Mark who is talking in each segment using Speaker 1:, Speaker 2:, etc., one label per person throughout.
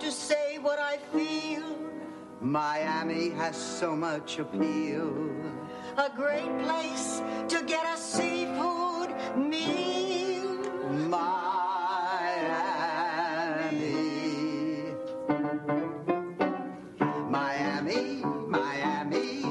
Speaker 1: to say what I feel. Miami has so much appeal. A great place to get a seafood meal. Miami. Miami, Miami,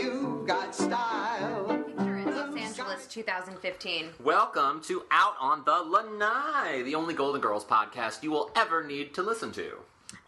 Speaker 1: you've got style.
Speaker 2: Picture in Los Angeles 2015.
Speaker 3: Welcome to Out on the Lanai, the only Golden Girls podcast you will ever need to listen to.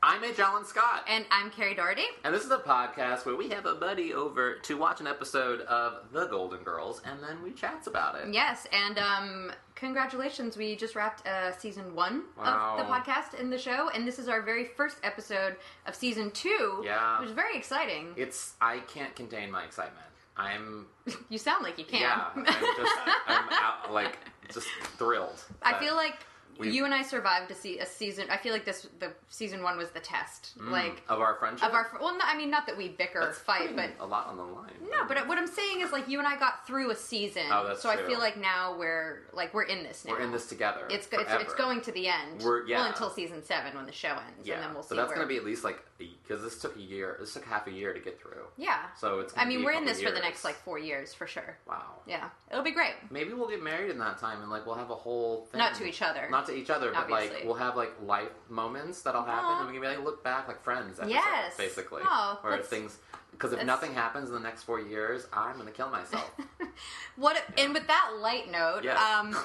Speaker 3: I'm H. Allen Scott,
Speaker 2: And I'm Carrie Doherty.
Speaker 3: and this is a podcast where we have a buddy over to watch an episode of The Golden Girls, and then we chats about it.
Speaker 2: Yes, and um, congratulations. We just wrapped uh, season one
Speaker 3: Wow.
Speaker 2: of the podcast and the show, and this is our very first episode of season two,
Speaker 3: Yeah.
Speaker 2: which is very exciting.
Speaker 3: It's I can't contain my excitement. I'm
Speaker 2: You sound like you can.
Speaker 3: yeah, I'm just I'm out, like just thrilled.
Speaker 2: I
Speaker 3: that-
Speaker 2: feel like
Speaker 3: we've-
Speaker 2: you and I survived a, se- a season. I feel like this the season one was the test, like
Speaker 3: of our friendship
Speaker 2: of our. fr- Well, no, I mean not that we bicker or
Speaker 3: Mm. That's
Speaker 2: fight, but
Speaker 3: putting a lot on the line.
Speaker 2: No, but what I'm saying is like you and I got through a season.
Speaker 3: Oh, that's
Speaker 2: so
Speaker 3: true.
Speaker 2: I feel like now we're like we're in this now.
Speaker 3: we're in this together.
Speaker 2: It's go- it's, it's
Speaker 3: forever.
Speaker 2: going to the end.
Speaker 3: We're- yeah.
Speaker 2: Well, until season seven when the show ends,
Speaker 3: Yeah,
Speaker 2: and then we'll see.
Speaker 3: so that's
Speaker 2: where-
Speaker 3: gonna be at least like because this took a year. This took half a year to get through.
Speaker 2: Yeah.
Speaker 3: So it's.
Speaker 2: I
Speaker 3: Gonna
Speaker 2: mean,
Speaker 3: be a
Speaker 2: we're in
Speaker 3: couple
Speaker 2: this for the
Speaker 3: years.
Speaker 2: next like four years for sure.
Speaker 3: Wow.
Speaker 2: Yeah, it'll be great.
Speaker 3: Maybe we'll get married in that time and like we'll have a whole thing.
Speaker 2: Not to each other.
Speaker 3: Not to each other, but like
Speaker 2: Obviously.
Speaker 3: we'll have like life moments that'll happen
Speaker 2: Aw.
Speaker 3: and we can be like look back like friends. Episodes,
Speaker 2: Yes.
Speaker 3: Basically.
Speaker 2: Oh,
Speaker 3: Where
Speaker 2: that's-
Speaker 3: things because if
Speaker 2: that's-
Speaker 3: nothing happens in the next four years, I'm gonna kill myself.
Speaker 2: What? And with that light note,
Speaker 3: Yes.
Speaker 2: um,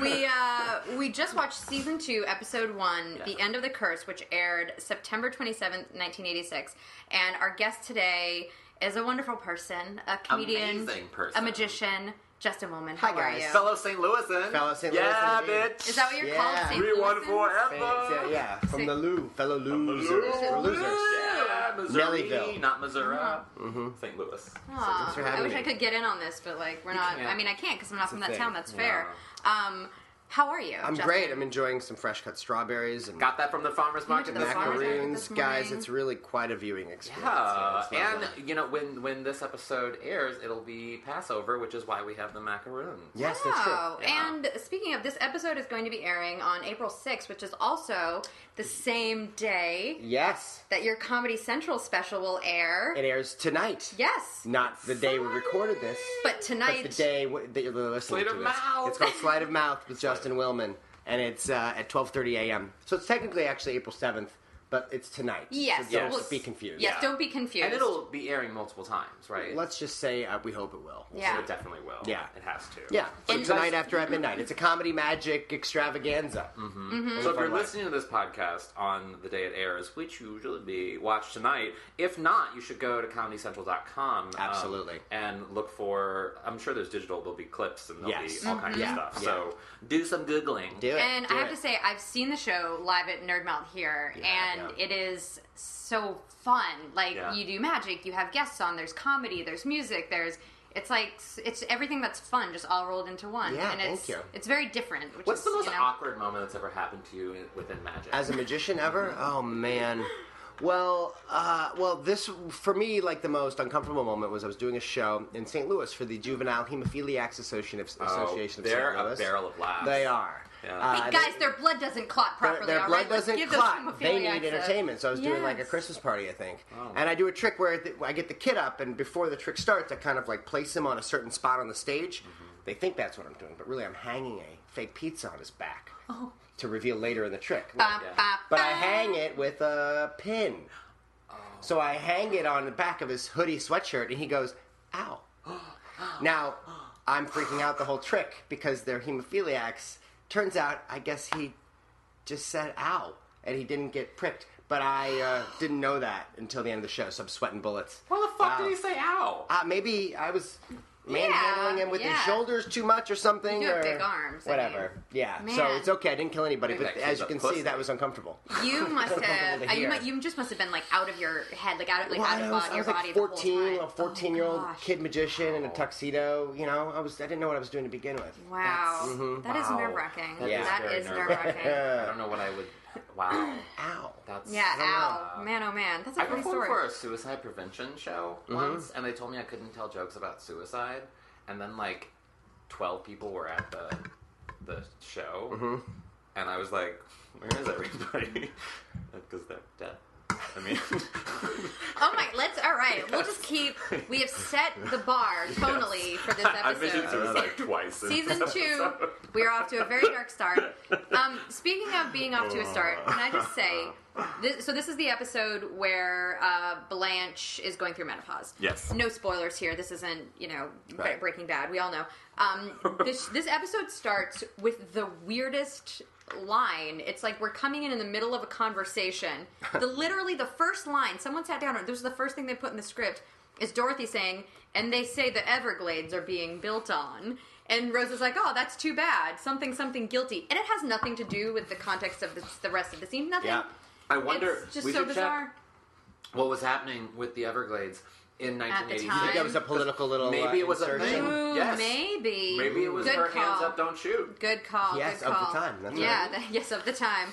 Speaker 2: we uh, we just watched season two, episode one,
Speaker 3: Yeah.
Speaker 2: "The End of the Curse," which aired September twenty seventh, nineteen eighty six. And our guest today is a wonderful person, a comedian,
Speaker 3: Amazing person.
Speaker 2: a magician, Justin Woolman. How
Speaker 4: Hi,
Speaker 2: are
Speaker 4: guys.
Speaker 2: you?
Speaker 3: Fellow St. Louisan.
Speaker 4: Fellow St.
Speaker 3: Yeah,
Speaker 4: Louis indeed.
Speaker 3: bitch.
Speaker 2: Is that what you're
Speaker 4: Yeah.
Speaker 2: called? St.
Speaker 3: we won
Speaker 2: Louisans?
Speaker 3: forever.
Speaker 4: Thanks, yeah, yeah, from the Lou, fellow losers, we're losers.
Speaker 3: Yeah, Missouri,
Speaker 4: Nellyville. Mm-hmm.
Speaker 3: not Missouri.
Speaker 2: Uh-huh.
Speaker 3: St. Louis.
Speaker 2: Aw,
Speaker 4: thanks for
Speaker 2: I
Speaker 4: having
Speaker 2: wish
Speaker 4: me.
Speaker 2: I could get in on this, but like we're not.
Speaker 3: can't.
Speaker 2: I mean, I can't because I'm not from
Speaker 4: the
Speaker 2: that
Speaker 4: thing.
Speaker 2: town. That's fair. Um, how are you?
Speaker 4: I'm
Speaker 2: Justin?
Speaker 4: great. I'm enjoying some fresh cut strawberries and
Speaker 3: Got that from the farmer's
Speaker 2: went to
Speaker 3: market
Speaker 2: the
Speaker 3: this
Speaker 2: farmer's
Speaker 3: morning.
Speaker 2: market?
Speaker 4: macaroons,
Speaker 2: this
Speaker 4: guys.
Speaker 2: morning.
Speaker 4: It's really quite a viewing experience.
Speaker 3: Yeah,
Speaker 4: you know, it's not bad.
Speaker 3: and you know when when this episode airs, it'll be Passover, which is why we have the macaroon.
Speaker 4: yes, that's
Speaker 2: Wow.
Speaker 4: true.
Speaker 3: Yeah.
Speaker 2: And speaking of, this episode is going to be airing on April 6th, which is also the same day
Speaker 4: Yes,
Speaker 2: that your Comedy Central special will air.
Speaker 4: it airs tonight.
Speaker 2: Yes.
Speaker 4: not the day we recorded this,
Speaker 2: But tonight,
Speaker 4: the day w- that you're listening
Speaker 3: Sleight
Speaker 4: to
Speaker 3: of
Speaker 4: this.
Speaker 3: mouth.
Speaker 4: It's called Sleight of Mouth with Justin Willman, and it's uh, at 12:30 a.m. So it's technically actually April 7th, but it's tonight.
Speaker 2: yes.
Speaker 4: so don't
Speaker 2: we'll-
Speaker 4: be confused.
Speaker 2: Yes,
Speaker 3: Yeah.
Speaker 2: don't be confused.
Speaker 3: And it'll be airing multiple times, right?
Speaker 4: Let's just say uh, we hope it will.
Speaker 2: Yeah.
Speaker 3: It definitely will.
Speaker 4: Yeah.
Speaker 3: It has to.
Speaker 4: Yeah, so
Speaker 2: And-
Speaker 4: tonight after at midnight. It's a comedy magic extravaganza.
Speaker 2: Mm-hmm.
Speaker 3: Mm-hmm. So if you're
Speaker 4: Fun life.
Speaker 3: listening to this podcast on the day it airs, which usually be watch tonight. If not, you should go to comedycentral.com. um,
Speaker 4: Absolutely.
Speaker 3: and look for I'm sure there's digital, there'll be clips and there'll
Speaker 4: Yes.
Speaker 3: be all kinds
Speaker 4: Mhm. Yeah.
Speaker 3: of stuff.
Speaker 4: Yeah.
Speaker 3: So do some Googling.
Speaker 4: Do it.
Speaker 2: And
Speaker 4: do
Speaker 2: I have
Speaker 4: it.
Speaker 2: to say, I've seen the show live at Nerd Melt here, and
Speaker 4: yeah.
Speaker 2: it is so fun. Like
Speaker 3: Yeah.
Speaker 2: you do magic, you have guests on. There's comedy, there's music, there's it's like it's everything that's fun just all rolled into one.
Speaker 4: Yeah,
Speaker 2: and
Speaker 4: thank
Speaker 2: it's,
Speaker 4: you.
Speaker 2: It's very different. Which
Speaker 3: What's
Speaker 2: is,
Speaker 3: the most
Speaker 2: you know,
Speaker 3: awkward moment that's ever happened to you in- within magic?
Speaker 4: as a magician ever? Oh man. Well, uh, well, this for me like the most uncomfortable moment was I was doing a show in St. Louis for the Juvenile Hemophiliacs Association of,
Speaker 3: Oh,
Speaker 4: Association of
Speaker 3: they're
Speaker 4: St.
Speaker 3: a
Speaker 4: Louis.
Speaker 3: barrel of laughs.
Speaker 4: They are.
Speaker 3: Yeah.
Speaker 4: Uh,
Speaker 2: Hey
Speaker 4: they-
Speaker 2: guys, their blood doesn't clot
Speaker 4: their-
Speaker 2: properly.
Speaker 4: Their
Speaker 2: all
Speaker 4: blood
Speaker 2: right? Let's
Speaker 4: doesn't
Speaker 2: give those
Speaker 4: clot. They
Speaker 2: hemophiliacs
Speaker 4: need
Speaker 2: a-
Speaker 4: entertainment, so I was doing like a
Speaker 2: Yes.
Speaker 4: Christmas party, I think.
Speaker 3: Oh.
Speaker 4: And I do a trick where th- I get the kid up, and before the trick starts, I kind of like place him on a certain spot on the stage.
Speaker 3: Mm-hmm.
Speaker 4: They think that's what I'm doing, but really I'm hanging a fake pizza on his back
Speaker 2: Oh.
Speaker 4: to reveal later in the trick.
Speaker 2: Ba,
Speaker 3: Yeah.
Speaker 2: ba,
Speaker 4: But I
Speaker 2: ba.
Speaker 4: hang it with a pin. So I hang it on the back of his hoodie sweatshirt, and he goes, ow. now, I'm freaking out the whole trick because they're hemophiliacs. Turns out, I guess he just said ow, and he didn't get pricked. But I uh, didn't know that until the end of the show, so I'm sweating bullets.
Speaker 3: Why the fuck
Speaker 4: Wow.
Speaker 3: did he say ow?
Speaker 4: Uh, maybe I was manhandling him with
Speaker 2: yeah.
Speaker 4: his shoulders too much or something.
Speaker 2: You do have
Speaker 4: or
Speaker 2: big arms, I
Speaker 4: Whatever.
Speaker 2: mean.
Speaker 4: yeah. So
Speaker 2: Man.
Speaker 4: it's okay. I didn't kill anybody,
Speaker 3: Maybe
Speaker 4: but
Speaker 3: that kid's
Speaker 4: as you
Speaker 3: a
Speaker 4: can
Speaker 3: pussy.
Speaker 4: see, that was uncomfortable.
Speaker 2: You must have.
Speaker 4: over
Speaker 2: uh, you,
Speaker 4: here.
Speaker 2: might, you just must have been like out of your head, like out of like out of
Speaker 4: I
Speaker 2: bo-
Speaker 4: was, I
Speaker 2: your
Speaker 4: was
Speaker 2: body.
Speaker 4: like 14,
Speaker 2: the whole time.
Speaker 4: a 14 year old
Speaker 2: Oh, gosh.
Speaker 4: kid magician in a tuxedo. You know, I was I didn't know what I was doing to begin with.
Speaker 2: Wow, That is
Speaker 3: Wow.
Speaker 2: nerve wracking.
Speaker 3: That
Speaker 4: Yeah.
Speaker 3: is
Speaker 2: That
Speaker 3: very
Speaker 2: is nerve
Speaker 3: Mm-hmm. nerve-wracking.
Speaker 2: wracking.
Speaker 3: I don't know what I would. Wow.
Speaker 4: Ow.
Speaker 3: That's
Speaker 2: Yeah,
Speaker 3: I don't know.
Speaker 2: ow, man, oh man, that's a
Speaker 3: I
Speaker 2: funny
Speaker 3: performed
Speaker 2: story.
Speaker 3: for a suicide prevention show once, and they told me I couldn't tell jokes about suicide. And then like twelve people were at the the show, and I was like, "Where is everybody?" because they're dead. I mean,
Speaker 2: Oh my, let's, all right, we'll just keep, we have set the bar tonally for this
Speaker 5: I mentioned
Speaker 2: episode.
Speaker 5: suicide twice. in
Speaker 2: Season
Speaker 5: this
Speaker 2: two,
Speaker 5: episode.
Speaker 2: we are off to a very dark start. Um, speaking of being off to a start, can I just say, this, so this is the episode where uh, Blanche is going through menopause.
Speaker 5: Yes.
Speaker 2: No spoilers here. This isn't, you know, Bre-
Speaker 5: Right.
Speaker 2: Breaking Bad. We all know. Um, this, this episode starts with the weirdest line. It's like we're coming in in the middle of a conversation. The literally the first line someone sat down. This was the first thing they put in the script. Is Dorothy saying, and they say the Everglades are being built on. And Rose is like, oh, that's too bad. Something, something guilty. And it has nothing to do with the context of this, the rest of the scene. Nothing.
Speaker 4: Yeah.
Speaker 3: I wonder.
Speaker 2: It's just
Speaker 3: we
Speaker 2: so
Speaker 3: should check
Speaker 2: bizarre.
Speaker 3: what was happening with the Everglades in
Speaker 2: the
Speaker 3: 1986.
Speaker 2: time. I think
Speaker 4: that was a political little.
Speaker 3: Maybe
Speaker 4: uh,
Speaker 3: it was a
Speaker 4: insertion.
Speaker 3: thing.
Speaker 2: Ooh,
Speaker 3: Yes.
Speaker 2: maybe.
Speaker 3: Maybe it was
Speaker 2: Good
Speaker 3: her
Speaker 2: call.
Speaker 3: hands up, don't shoot.
Speaker 2: Good call.
Speaker 4: Yes,
Speaker 2: good
Speaker 4: of the
Speaker 2: call.
Speaker 4: time, that's
Speaker 2: yeah,
Speaker 4: right.
Speaker 2: the- yes, of the time.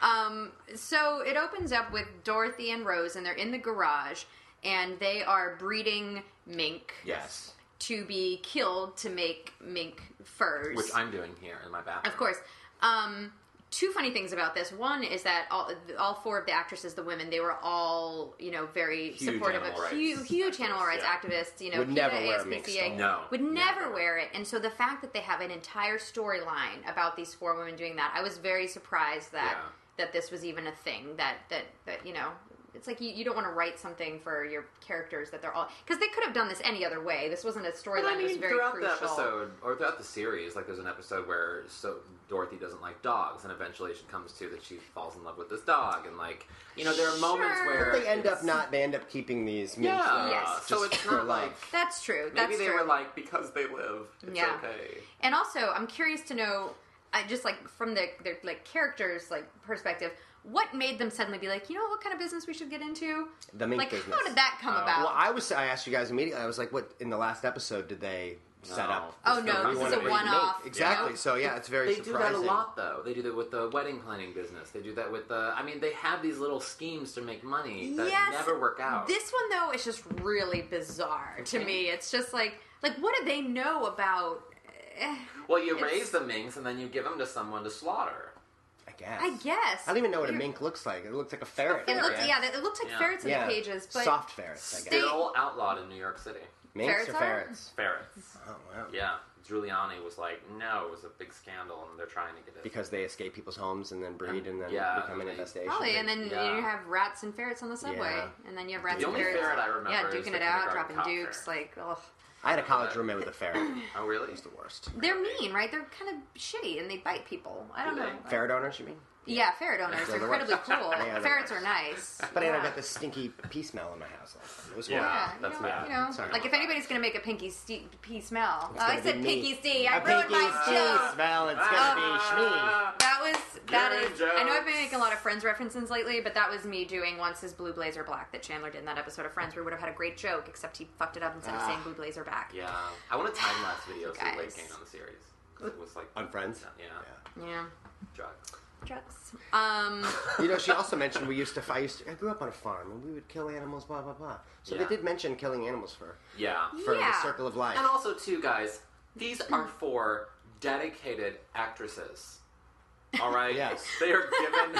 Speaker 2: Um, so it opens up with Dorothy and Rose, and they're in the garage, and they are breeding mink
Speaker 3: Yes,
Speaker 2: to be killed to make mink furs.
Speaker 3: which I'm doing here in my bathroom.
Speaker 2: Of course. Um, two funny things about this. One is that all, all four of the actresses, the women, they were all, you know, very
Speaker 3: Huge
Speaker 2: supportive
Speaker 3: animal
Speaker 2: of
Speaker 3: rights
Speaker 2: huge, huge animal rights
Speaker 5: yeah.
Speaker 2: activists, you know,
Speaker 4: Would
Speaker 2: PETA,
Speaker 4: never wear a mink
Speaker 2: ASPCA,
Speaker 4: stole.
Speaker 3: No,
Speaker 2: would never,
Speaker 3: never.
Speaker 2: wear it. And so the fact that they have an entire storyline about these four women doing that, I was very surprised that
Speaker 3: Yeah.
Speaker 2: that this was even a thing that that that you know it's like you, you don't want to write something for your characters that they're all because they could have done this any other way. This wasn't a
Speaker 3: But
Speaker 2: storyline.
Speaker 3: I
Speaker 2: that was
Speaker 3: mean,
Speaker 2: very
Speaker 3: throughout
Speaker 2: crucial.
Speaker 3: the episode or throughout the series, like there's an episode where so Dorothy doesn't like dogs, and eventually she comes to that she falls in love with this dog, and like you know there are moments
Speaker 2: Sure.
Speaker 3: where
Speaker 4: But they end
Speaker 3: it's-
Speaker 4: up not. They end up keeping these. memes
Speaker 3: Yeah,
Speaker 4: for- uh,
Speaker 2: Yes.
Speaker 3: so
Speaker 4: just
Speaker 3: it's
Speaker 4: for
Speaker 3: not
Speaker 4: love.
Speaker 3: like
Speaker 2: That's true.
Speaker 3: maybe
Speaker 2: That's
Speaker 3: they
Speaker 2: true.
Speaker 3: were like because they live, it's
Speaker 2: Yeah.
Speaker 3: okay.
Speaker 2: And also, I'm curious to know, I just like from the their like characters like perspective, what made them suddenly be like, you know, what kind of business we should get into?
Speaker 4: The mink
Speaker 2: like,
Speaker 4: business. Oh,
Speaker 2: how did that come about?
Speaker 4: Well, I was. I asked you guys immediately. I was like, "What in the last episode did they set
Speaker 3: No.
Speaker 4: up?"
Speaker 2: oh
Speaker 4: this
Speaker 2: no,
Speaker 4: thing?
Speaker 2: this
Speaker 4: We
Speaker 2: is
Speaker 4: wanna
Speaker 2: a
Speaker 4: remake.
Speaker 2: one-off.
Speaker 4: Exactly.
Speaker 2: you know?
Speaker 4: So yeah, it's very
Speaker 3: They
Speaker 4: surprising.
Speaker 3: do that a lot, though. They do that with the wedding planning business. They do that with the. I mean, they have these little schemes to make money that
Speaker 2: Yes.
Speaker 3: never work out.
Speaker 2: This one though is just really bizarre to me. It's just like, like what do they know about? eh,
Speaker 3: well, you
Speaker 2: it's-
Speaker 3: raise the minks and then you give them to someone to slaughter.
Speaker 4: I guess.
Speaker 2: I guess
Speaker 4: I don't even know what a
Speaker 2: You're-
Speaker 4: mink looks like. It looks like a ferret.
Speaker 2: It
Speaker 4: I
Speaker 2: looked,
Speaker 4: guess.
Speaker 2: yeah, it looked like
Speaker 3: Yeah.
Speaker 2: ferrets in
Speaker 4: Yeah.
Speaker 2: the cages, but
Speaker 4: soft ferrets. I guess.
Speaker 3: Still outlawed in New York City.
Speaker 4: Minks
Speaker 2: Ferrets
Speaker 4: or
Speaker 2: are?
Speaker 4: ferrets?
Speaker 3: Ferrets.
Speaker 4: Oh wow.
Speaker 3: Yeah, Giuliani was like, no, it was a big scandal, and they're trying to get it.
Speaker 4: Because they escape people's homes and then breed and then
Speaker 3: Yeah,
Speaker 4: become an
Speaker 3: they-
Speaker 4: infestation.
Speaker 2: Probably, and then
Speaker 3: Yeah.
Speaker 2: you have rats and ferrets on the subway,
Speaker 4: Yeah.
Speaker 2: and then you have rats
Speaker 3: The
Speaker 2: and
Speaker 3: only
Speaker 2: ferrets.
Speaker 3: ferret I remember
Speaker 2: yeah,
Speaker 3: is
Speaker 2: duking
Speaker 3: the
Speaker 2: it out,
Speaker 3: kindergarten
Speaker 2: dropping
Speaker 3: cop
Speaker 2: dukes, like,
Speaker 3: ferret.
Speaker 2: ugh.
Speaker 4: I had a college roommate with a ferret.
Speaker 3: oh, really?
Speaker 4: It's the worst.
Speaker 2: They're mean, right? They're kind of shitty, and they bite people. I don't
Speaker 3: Do
Speaker 2: know.
Speaker 3: they?
Speaker 4: Ferret owners, you mean?
Speaker 2: Yeah, ferret owners are
Speaker 4: They're the worst.
Speaker 2: incredibly cool.
Speaker 4: They are the
Speaker 2: Ferrets are
Speaker 4: worst.
Speaker 2: nice.
Speaker 4: But
Speaker 2: yeah.
Speaker 4: I got this stinky pea smell in my house. all the time. It was
Speaker 3: Yeah.
Speaker 4: horrible.
Speaker 2: Yeah,
Speaker 3: That's
Speaker 2: you know,
Speaker 3: bad.
Speaker 2: you know,
Speaker 4: Sorry
Speaker 2: like if
Speaker 3: about
Speaker 2: anybody's gonna make a pinky ste pea smell. Oh,
Speaker 4: It's
Speaker 2: I
Speaker 4: gonna be
Speaker 2: said
Speaker 4: me.
Speaker 2: pinky stee. I
Speaker 4: A
Speaker 2: ruined
Speaker 4: pinky
Speaker 2: my joke.
Speaker 4: steez, Val. It's gonna
Speaker 3: Ah!
Speaker 2: That was that
Speaker 3: You're
Speaker 2: is. I know I've been
Speaker 3: jokes.
Speaker 2: making a lot of Friends references lately, but that was me doing once his blue blazer black that Chandler did in that episode of Friends, where we would have had a great joke, except he fucked it up instead of
Speaker 4: Ah.
Speaker 2: saying blue blazer back.
Speaker 4: E.
Speaker 3: Yeah. I want to time lapse video so
Speaker 2: Guys.
Speaker 3: late gain on the series. 'Cause It was like
Speaker 4: On Friends?
Speaker 3: Yeah,
Speaker 4: Yeah.
Speaker 2: yeah.
Speaker 3: drugs.
Speaker 2: drugs. Um,
Speaker 4: You know, she also mentioned we used to. I used. To, I grew up on a farm, and we would kill animals. Blah blah blah. So
Speaker 3: Yeah.
Speaker 4: they did mention killing animals for
Speaker 3: Yeah,
Speaker 4: for
Speaker 2: Yeah.
Speaker 4: the circle of life.
Speaker 3: and also too, guys. These are four dedicated actresses. All right.
Speaker 4: Yes.
Speaker 3: They are given.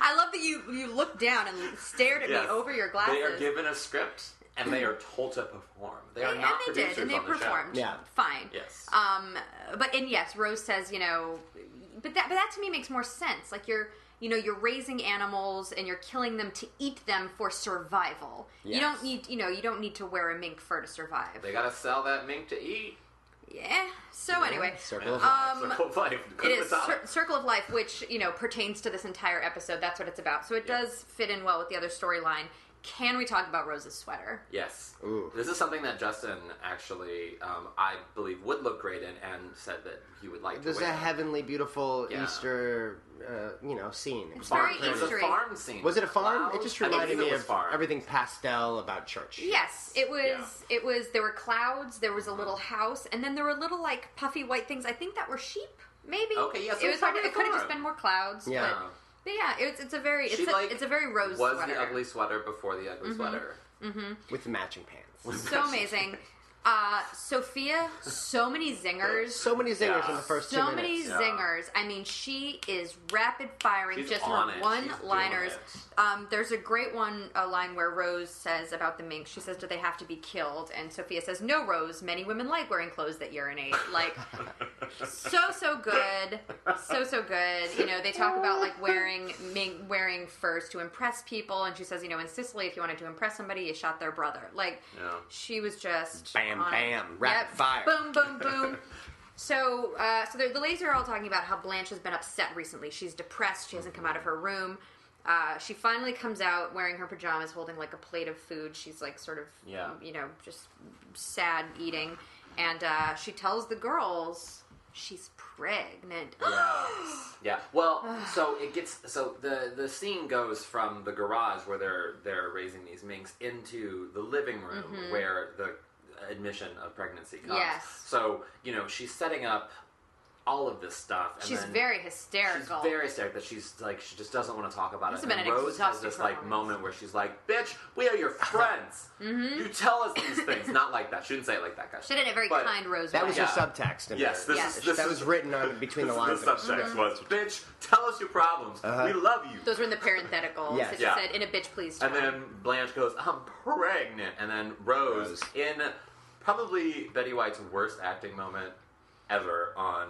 Speaker 2: I love that you you looked down and stared at
Speaker 3: Yes.
Speaker 2: me over your glasses.
Speaker 3: They are given a script and they are told to perform. They are
Speaker 2: and
Speaker 3: not
Speaker 2: and they
Speaker 3: producers
Speaker 2: did, and they
Speaker 3: on the
Speaker 2: performed.
Speaker 3: show.
Speaker 4: Yeah.
Speaker 2: fine.
Speaker 3: Yes.
Speaker 2: Um, but and yes, Rose says, you know, but that but that to me makes more sense. Like you're, you know, you're raising animals and you're killing them to eat them for survival. You
Speaker 4: Yes.
Speaker 2: don't need, you know, you don't need to wear a mink fur to survive.
Speaker 3: They gotta sell that mink to eat.
Speaker 2: yeah. So anyway,
Speaker 4: circle of life.
Speaker 2: Um,
Speaker 3: Circle of life.
Speaker 2: it is
Speaker 3: Kurosawa.
Speaker 2: cir- circle of life which you know pertains to this entire episode that's what it's about so it
Speaker 3: Yeah.
Speaker 2: does fit in well with the other storyline can we talk about rose's sweater
Speaker 3: Yes.
Speaker 4: Ooh.
Speaker 3: This is something that Justin actually, um, I believe, would look great in, and said that he would like
Speaker 4: There's
Speaker 3: to.
Speaker 4: a
Speaker 3: wear.
Speaker 4: heavenly, beautiful
Speaker 3: Yeah.
Speaker 4: Easter, uh, you know, scene.
Speaker 2: It's
Speaker 3: farm.
Speaker 2: very
Speaker 3: It was a
Speaker 2: Eastery.
Speaker 3: farm scene.
Speaker 4: Was it a farm? It
Speaker 3: Clouds?
Speaker 4: just
Speaker 3: I believe
Speaker 4: reminded
Speaker 3: it
Speaker 4: me
Speaker 3: was
Speaker 4: of
Speaker 3: farm.
Speaker 4: everything pastel about church.
Speaker 2: yes it was it was there were clouds there was a little house and then there were little like puffy white things i think that were sheep maybe
Speaker 3: Okay, yeah, so
Speaker 2: it
Speaker 3: it's
Speaker 2: was hard to,
Speaker 3: probably
Speaker 2: it could have
Speaker 3: farm.
Speaker 2: just been more clouds
Speaker 4: Yeah.
Speaker 2: but, but yeah it's, it's a very it's,
Speaker 3: She,
Speaker 2: a,
Speaker 3: like,
Speaker 2: it's a very rose
Speaker 3: Was
Speaker 2: sweater Mm-hmm.
Speaker 3: the ugly sweater before the ugly sweater?
Speaker 4: With matching pants.
Speaker 2: so amazing Uh, Sophia, so many zingers.
Speaker 4: So many zingers
Speaker 3: Yeah.
Speaker 4: in the first
Speaker 2: so
Speaker 4: two
Speaker 2: many
Speaker 4: minutes.
Speaker 3: Yeah.
Speaker 2: zingers. I mean, she is rapid firing
Speaker 3: She's
Speaker 2: just
Speaker 3: on
Speaker 2: her
Speaker 3: it.
Speaker 2: one
Speaker 3: She's doing
Speaker 2: liners.
Speaker 3: it.
Speaker 2: Um, there's a great one a line where Rose says about the mink. She says, "Do they have to be killed?" And Sophia says, "No, Rose. Many women like wearing clothes that urinate." Like, so so good, so so good. You know, they talk about like wearing mink, wearing furs to impress people, and she says, you know, in Sicily, if you wanted to impress somebody, you shot their brother. Like,
Speaker 3: Yeah.
Speaker 2: she was just
Speaker 4: Bam,
Speaker 2: on it.
Speaker 4: bam, rapid fire.
Speaker 2: Boom, boom, boom. So, uh, so the, the ladies are all talking about how Blanche has been upset recently. She's depressed. She hasn't come out of her room. Uh, she finally comes out wearing her pajamas, holding like a plate of food. She's like sort of,
Speaker 3: Yeah.
Speaker 2: you know, just sad eating. And uh, she tells the girls she's pregnant.
Speaker 3: Yeah. Well, so it gets so the the scene goes from the garage where they're they're raising these minks into the living room where the admission of pregnancy comes.
Speaker 2: Mm-hmm. Yes.
Speaker 3: So you know she's setting up all of this stuff. And
Speaker 2: she's
Speaker 3: then
Speaker 2: very
Speaker 3: She's
Speaker 2: hysterical.
Speaker 3: very hysterical that she's like she just doesn't want to talk about
Speaker 2: This
Speaker 3: it.
Speaker 2: has been
Speaker 3: And
Speaker 2: an
Speaker 3: Rose has
Speaker 2: exhausting
Speaker 3: this like
Speaker 2: performance. Mm-hmm.
Speaker 3: moment where she's like, "Bitch, we are your friends. You tell us these things." Not like that. She didn't say it like that, guys.
Speaker 2: she did in a very
Speaker 3: But-
Speaker 2: kind Rose
Speaker 4: That was
Speaker 2: way.
Speaker 4: your
Speaker 3: Yeah.
Speaker 4: subtext. In
Speaker 3: Yes,
Speaker 4: there.
Speaker 3: this
Speaker 2: Yes.
Speaker 3: is this
Speaker 4: that
Speaker 3: is-
Speaker 4: was written on between the
Speaker 3: this
Speaker 4: lines. Uh-huh.
Speaker 3: is the subtext was, Mm-hmm. "Bitch, tell us your problems. We love you."
Speaker 2: Those were in the parentheticals.
Speaker 4: Yes.
Speaker 2: It just
Speaker 3: Yeah.
Speaker 2: said in a bitch please.
Speaker 3: And
Speaker 2: tone.
Speaker 3: then Blanche goes, I'm pregnant. And then Rose,
Speaker 4: Rose.
Speaker 3: in probably Betty White's worst acting moment ever on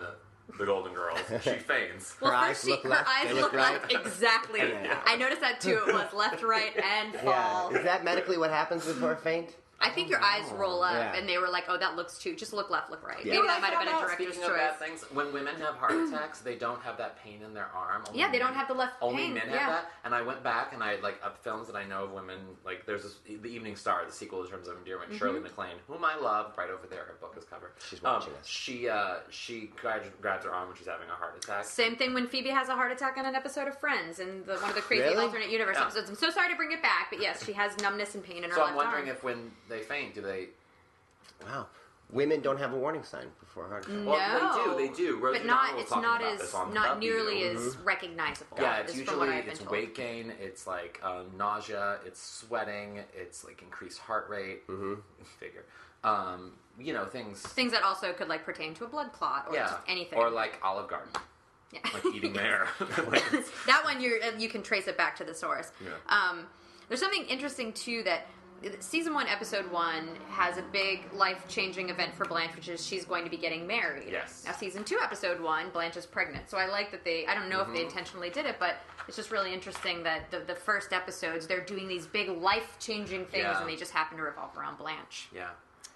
Speaker 3: The Golden Girls, she faints.
Speaker 2: Well,
Speaker 4: Her eyes
Speaker 2: first she,
Speaker 4: look
Speaker 2: her
Speaker 4: left,
Speaker 2: eyes
Speaker 4: they
Speaker 2: look,
Speaker 4: look right.
Speaker 2: left, exactly.
Speaker 4: Yeah.
Speaker 2: I noticed that too. It was left, right, and fall.
Speaker 4: Yeah. Is that medically what happens before a faint?
Speaker 2: I think your eyes roll up,
Speaker 4: Yeah.
Speaker 2: and they were like, "Oh, that looks too." Just look left, look right.
Speaker 4: Yeah.
Speaker 2: Maybe
Speaker 3: You know
Speaker 2: that
Speaker 3: what
Speaker 2: might have
Speaker 3: I
Speaker 2: been a
Speaker 3: found out,
Speaker 2: director's
Speaker 3: speaking of bad
Speaker 2: choice.
Speaker 3: things, when women have heart attacks, they don't have that pain in their arm. Only
Speaker 2: Yeah, they don't
Speaker 3: men-
Speaker 2: have the left
Speaker 3: Only
Speaker 2: pain,
Speaker 3: men
Speaker 2: yeah.
Speaker 3: have that. And I went back and I like up films that I know of women. Like there's this, the Evening Star, the sequel to Terms of Endearment.
Speaker 2: Mm-hmm.
Speaker 3: Shirley MacLaine, whom I love, right over there. Her book is covered.
Speaker 4: She's watching us.
Speaker 3: She uh, she grabs, grabs her arm when she's having a heart attack.
Speaker 2: Same thing when Phoebe has a heart attack on an episode of Friends in the, one of the crazy
Speaker 4: Really?
Speaker 2: alternate universe
Speaker 3: Yeah.
Speaker 2: episodes. I'm so sorry to bring it back, but yes, she has numbness and pain in her
Speaker 3: So
Speaker 2: left
Speaker 3: I'm wondering
Speaker 2: arm.
Speaker 3: if when they faint, do they?
Speaker 4: Wow. Women don't have a warning sign before a heart
Speaker 2: Mm.
Speaker 4: attack.
Speaker 3: Well,
Speaker 2: no,
Speaker 3: they do, they do. Rosie
Speaker 2: but not.
Speaker 3: O'Donnell was
Speaker 2: It's
Speaker 3: talking
Speaker 2: not
Speaker 3: about
Speaker 2: as
Speaker 3: this on
Speaker 2: not
Speaker 3: W.
Speaker 2: nearly as recognizable.
Speaker 3: Yeah, it's
Speaker 2: is from what
Speaker 3: usually
Speaker 2: I've been
Speaker 3: it's
Speaker 2: told.
Speaker 3: weight gain, it's like uh, nausea, it's sweating, it's like increased heart rate. Mm-hmm. Figure, um, you know things.
Speaker 2: Things that also could like pertain to a blood clot or
Speaker 3: yeah,
Speaker 2: just anything,
Speaker 3: or like Olive Garden,
Speaker 2: Yeah.
Speaker 3: like eating there. Like, it's-
Speaker 2: that one you are you can trace it back to the source.
Speaker 3: Yeah.
Speaker 2: Um, there's something interesting too that season one, episode one has a big life changing event for Blanche, which is she's going to be getting married.
Speaker 3: Yes.
Speaker 2: Now season two, episode one, Blanche is pregnant. So I like that they. I don't know
Speaker 3: Mm-hmm.
Speaker 2: if they intentionally did it, but it's just really interesting that the, the first episodes they're doing these big life changing things,
Speaker 3: Yeah.
Speaker 2: and they just happen to revolve around Blanche.
Speaker 3: yeah,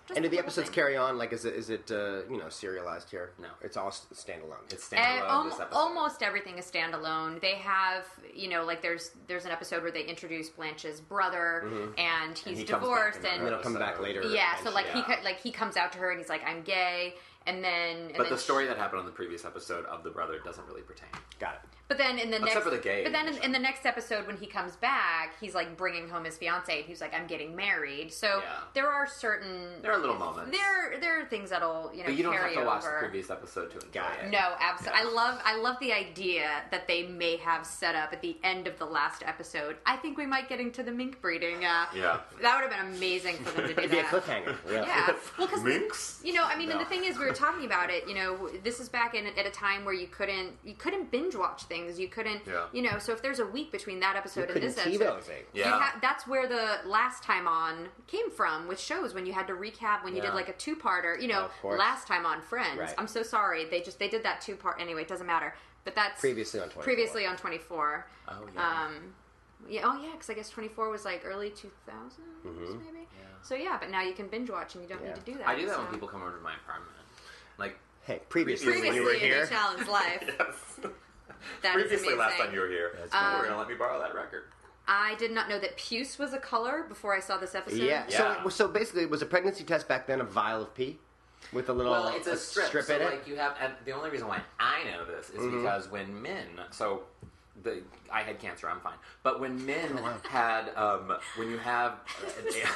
Speaker 2: Just
Speaker 4: And do the
Speaker 2: a little
Speaker 4: episodes
Speaker 2: thing.
Speaker 4: carry on? Like, is it is it uh, you know serialized here?
Speaker 3: No.
Speaker 4: it's all s- standalone.
Speaker 3: it's
Speaker 2: And
Speaker 3: standalone.
Speaker 2: Eh, almo-
Speaker 3: this episode.
Speaker 2: almost everything is standalone. They have, you know, like there's there's an episode where they introduce Blanche's brother, and he's
Speaker 3: Mm-hmm. he comes back
Speaker 2: divorced,
Speaker 3: in that
Speaker 2: and
Speaker 4: and it'll come back later.
Speaker 2: yeah, so
Speaker 4: and
Speaker 2: like he
Speaker 3: yeah.
Speaker 2: co- like he comes out to her and he's like, "I'm gay," and then and
Speaker 3: But
Speaker 2: then
Speaker 3: the
Speaker 2: she-
Speaker 3: story that happened on the previous episode of the brother doesn't really pertain.
Speaker 4: she- got it.
Speaker 2: But then in the
Speaker 3: Except
Speaker 2: next,
Speaker 3: for the gay
Speaker 2: but then in, in the next episode when he comes back, he's like bringing home his fiance. He's like, "I'm getting married." So
Speaker 3: Yeah.
Speaker 2: there are certain
Speaker 3: There are little moments,
Speaker 2: there there are things that'll you know
Speaker 3: but you don't
Speaker 2: carry
Speaker 3: have to watch
Speaker 2: over.
Speaker 3: the previous episode to enjoy
Speaker 4: Got
Speaker 3: it.
Speaker 4: it.
Speaker 2: No, absolutely. I love I love the idea that they may have set up at the end of the last episode. I think we might get into the mink breeding. Uh,
Speaker 3: Yeah.
Speaker 2: that would have been amazing for them to do
Speaker 4: It'd be a
Speaker 2: that.
Speaker 4: cliffhanger. Yeah.
Speaker 2: Yeah, well, because
Speaker 3: Minks?
Speaker 2: you know, I mean, and the
Speaker 3: No.
Speaker 2: thing is, we were talking about it. You know, this is back in at a time where you couldn't you couldn't binge watch things. You couldn't,
Speaker 3: Yeah.
Speaker 2: you know. So if there's a week between that
Speaker 4: You
Speaker 2: episode and
Speaker 4: couldn't
Speaker 2: this
Speaker 4: TiVo
Speaker 2: episode,
Speaker 4: thing.
Speaker 2: you'd
Speaker 3: Yeah.
Speaker 2: ha- that's where the last time on came from with shows when you had to recap when you
Speaker 3: Yeah.
Speaker 2: did like a two parter. You know,
Speaker 4: Of course.
Speaker 2: last time on Friends.
Speaker 4: Right.
Speaker 2: I'm so sorry. They just they did that two part anyway. It doesn't matter. But that's
Speaker 4: Previously on 24.
Speaker 2: previously on 24.
Speaker 3: Oh, yeah.
Speaker 2: Um, yeah. Oh yeah. Because I guess 24 was like early 2000s maybe. So yeah, but now you can binge watch and you don't
Speaker 4: Yeah.
Speaker 2: need to do that.
Speaker 3: I do that
Speaker 2: so.
Speaker 3: when people come over to my apartment, like.
Speaker 4: Hey, previously,
Speaker 2: Previously,
Speaker 4: when you were
Speaker 2: in
Speaker 4: here,
Speaker 2: the challenge life.
Speaker 3: Yes.
Speaker 2: That is
Speaker 3: Previously, last
Speaker 2: amazing.
Speaker 3: time you were here,
Speaker 4: Um,
Speaker 3: you were gonna let me borrow that record.
Speaker 2: I did not know that puce was a color before I saw this episode.
Speaker 4: yeah.
Speaker 3: Yeah.
Speaker 4: So so basically, it was a pregnancy test back then a vial of pee with a little
Speaker 3: Well, it's a strip, so
Speaker 4: in it. Mm-hmm.
Speaker 3: like you have. And the only reason why I know this is because when men, so the I had cancer, I'm fine. But when
Speaker 4: Oh,
Speaker 3: men had, um, when you have,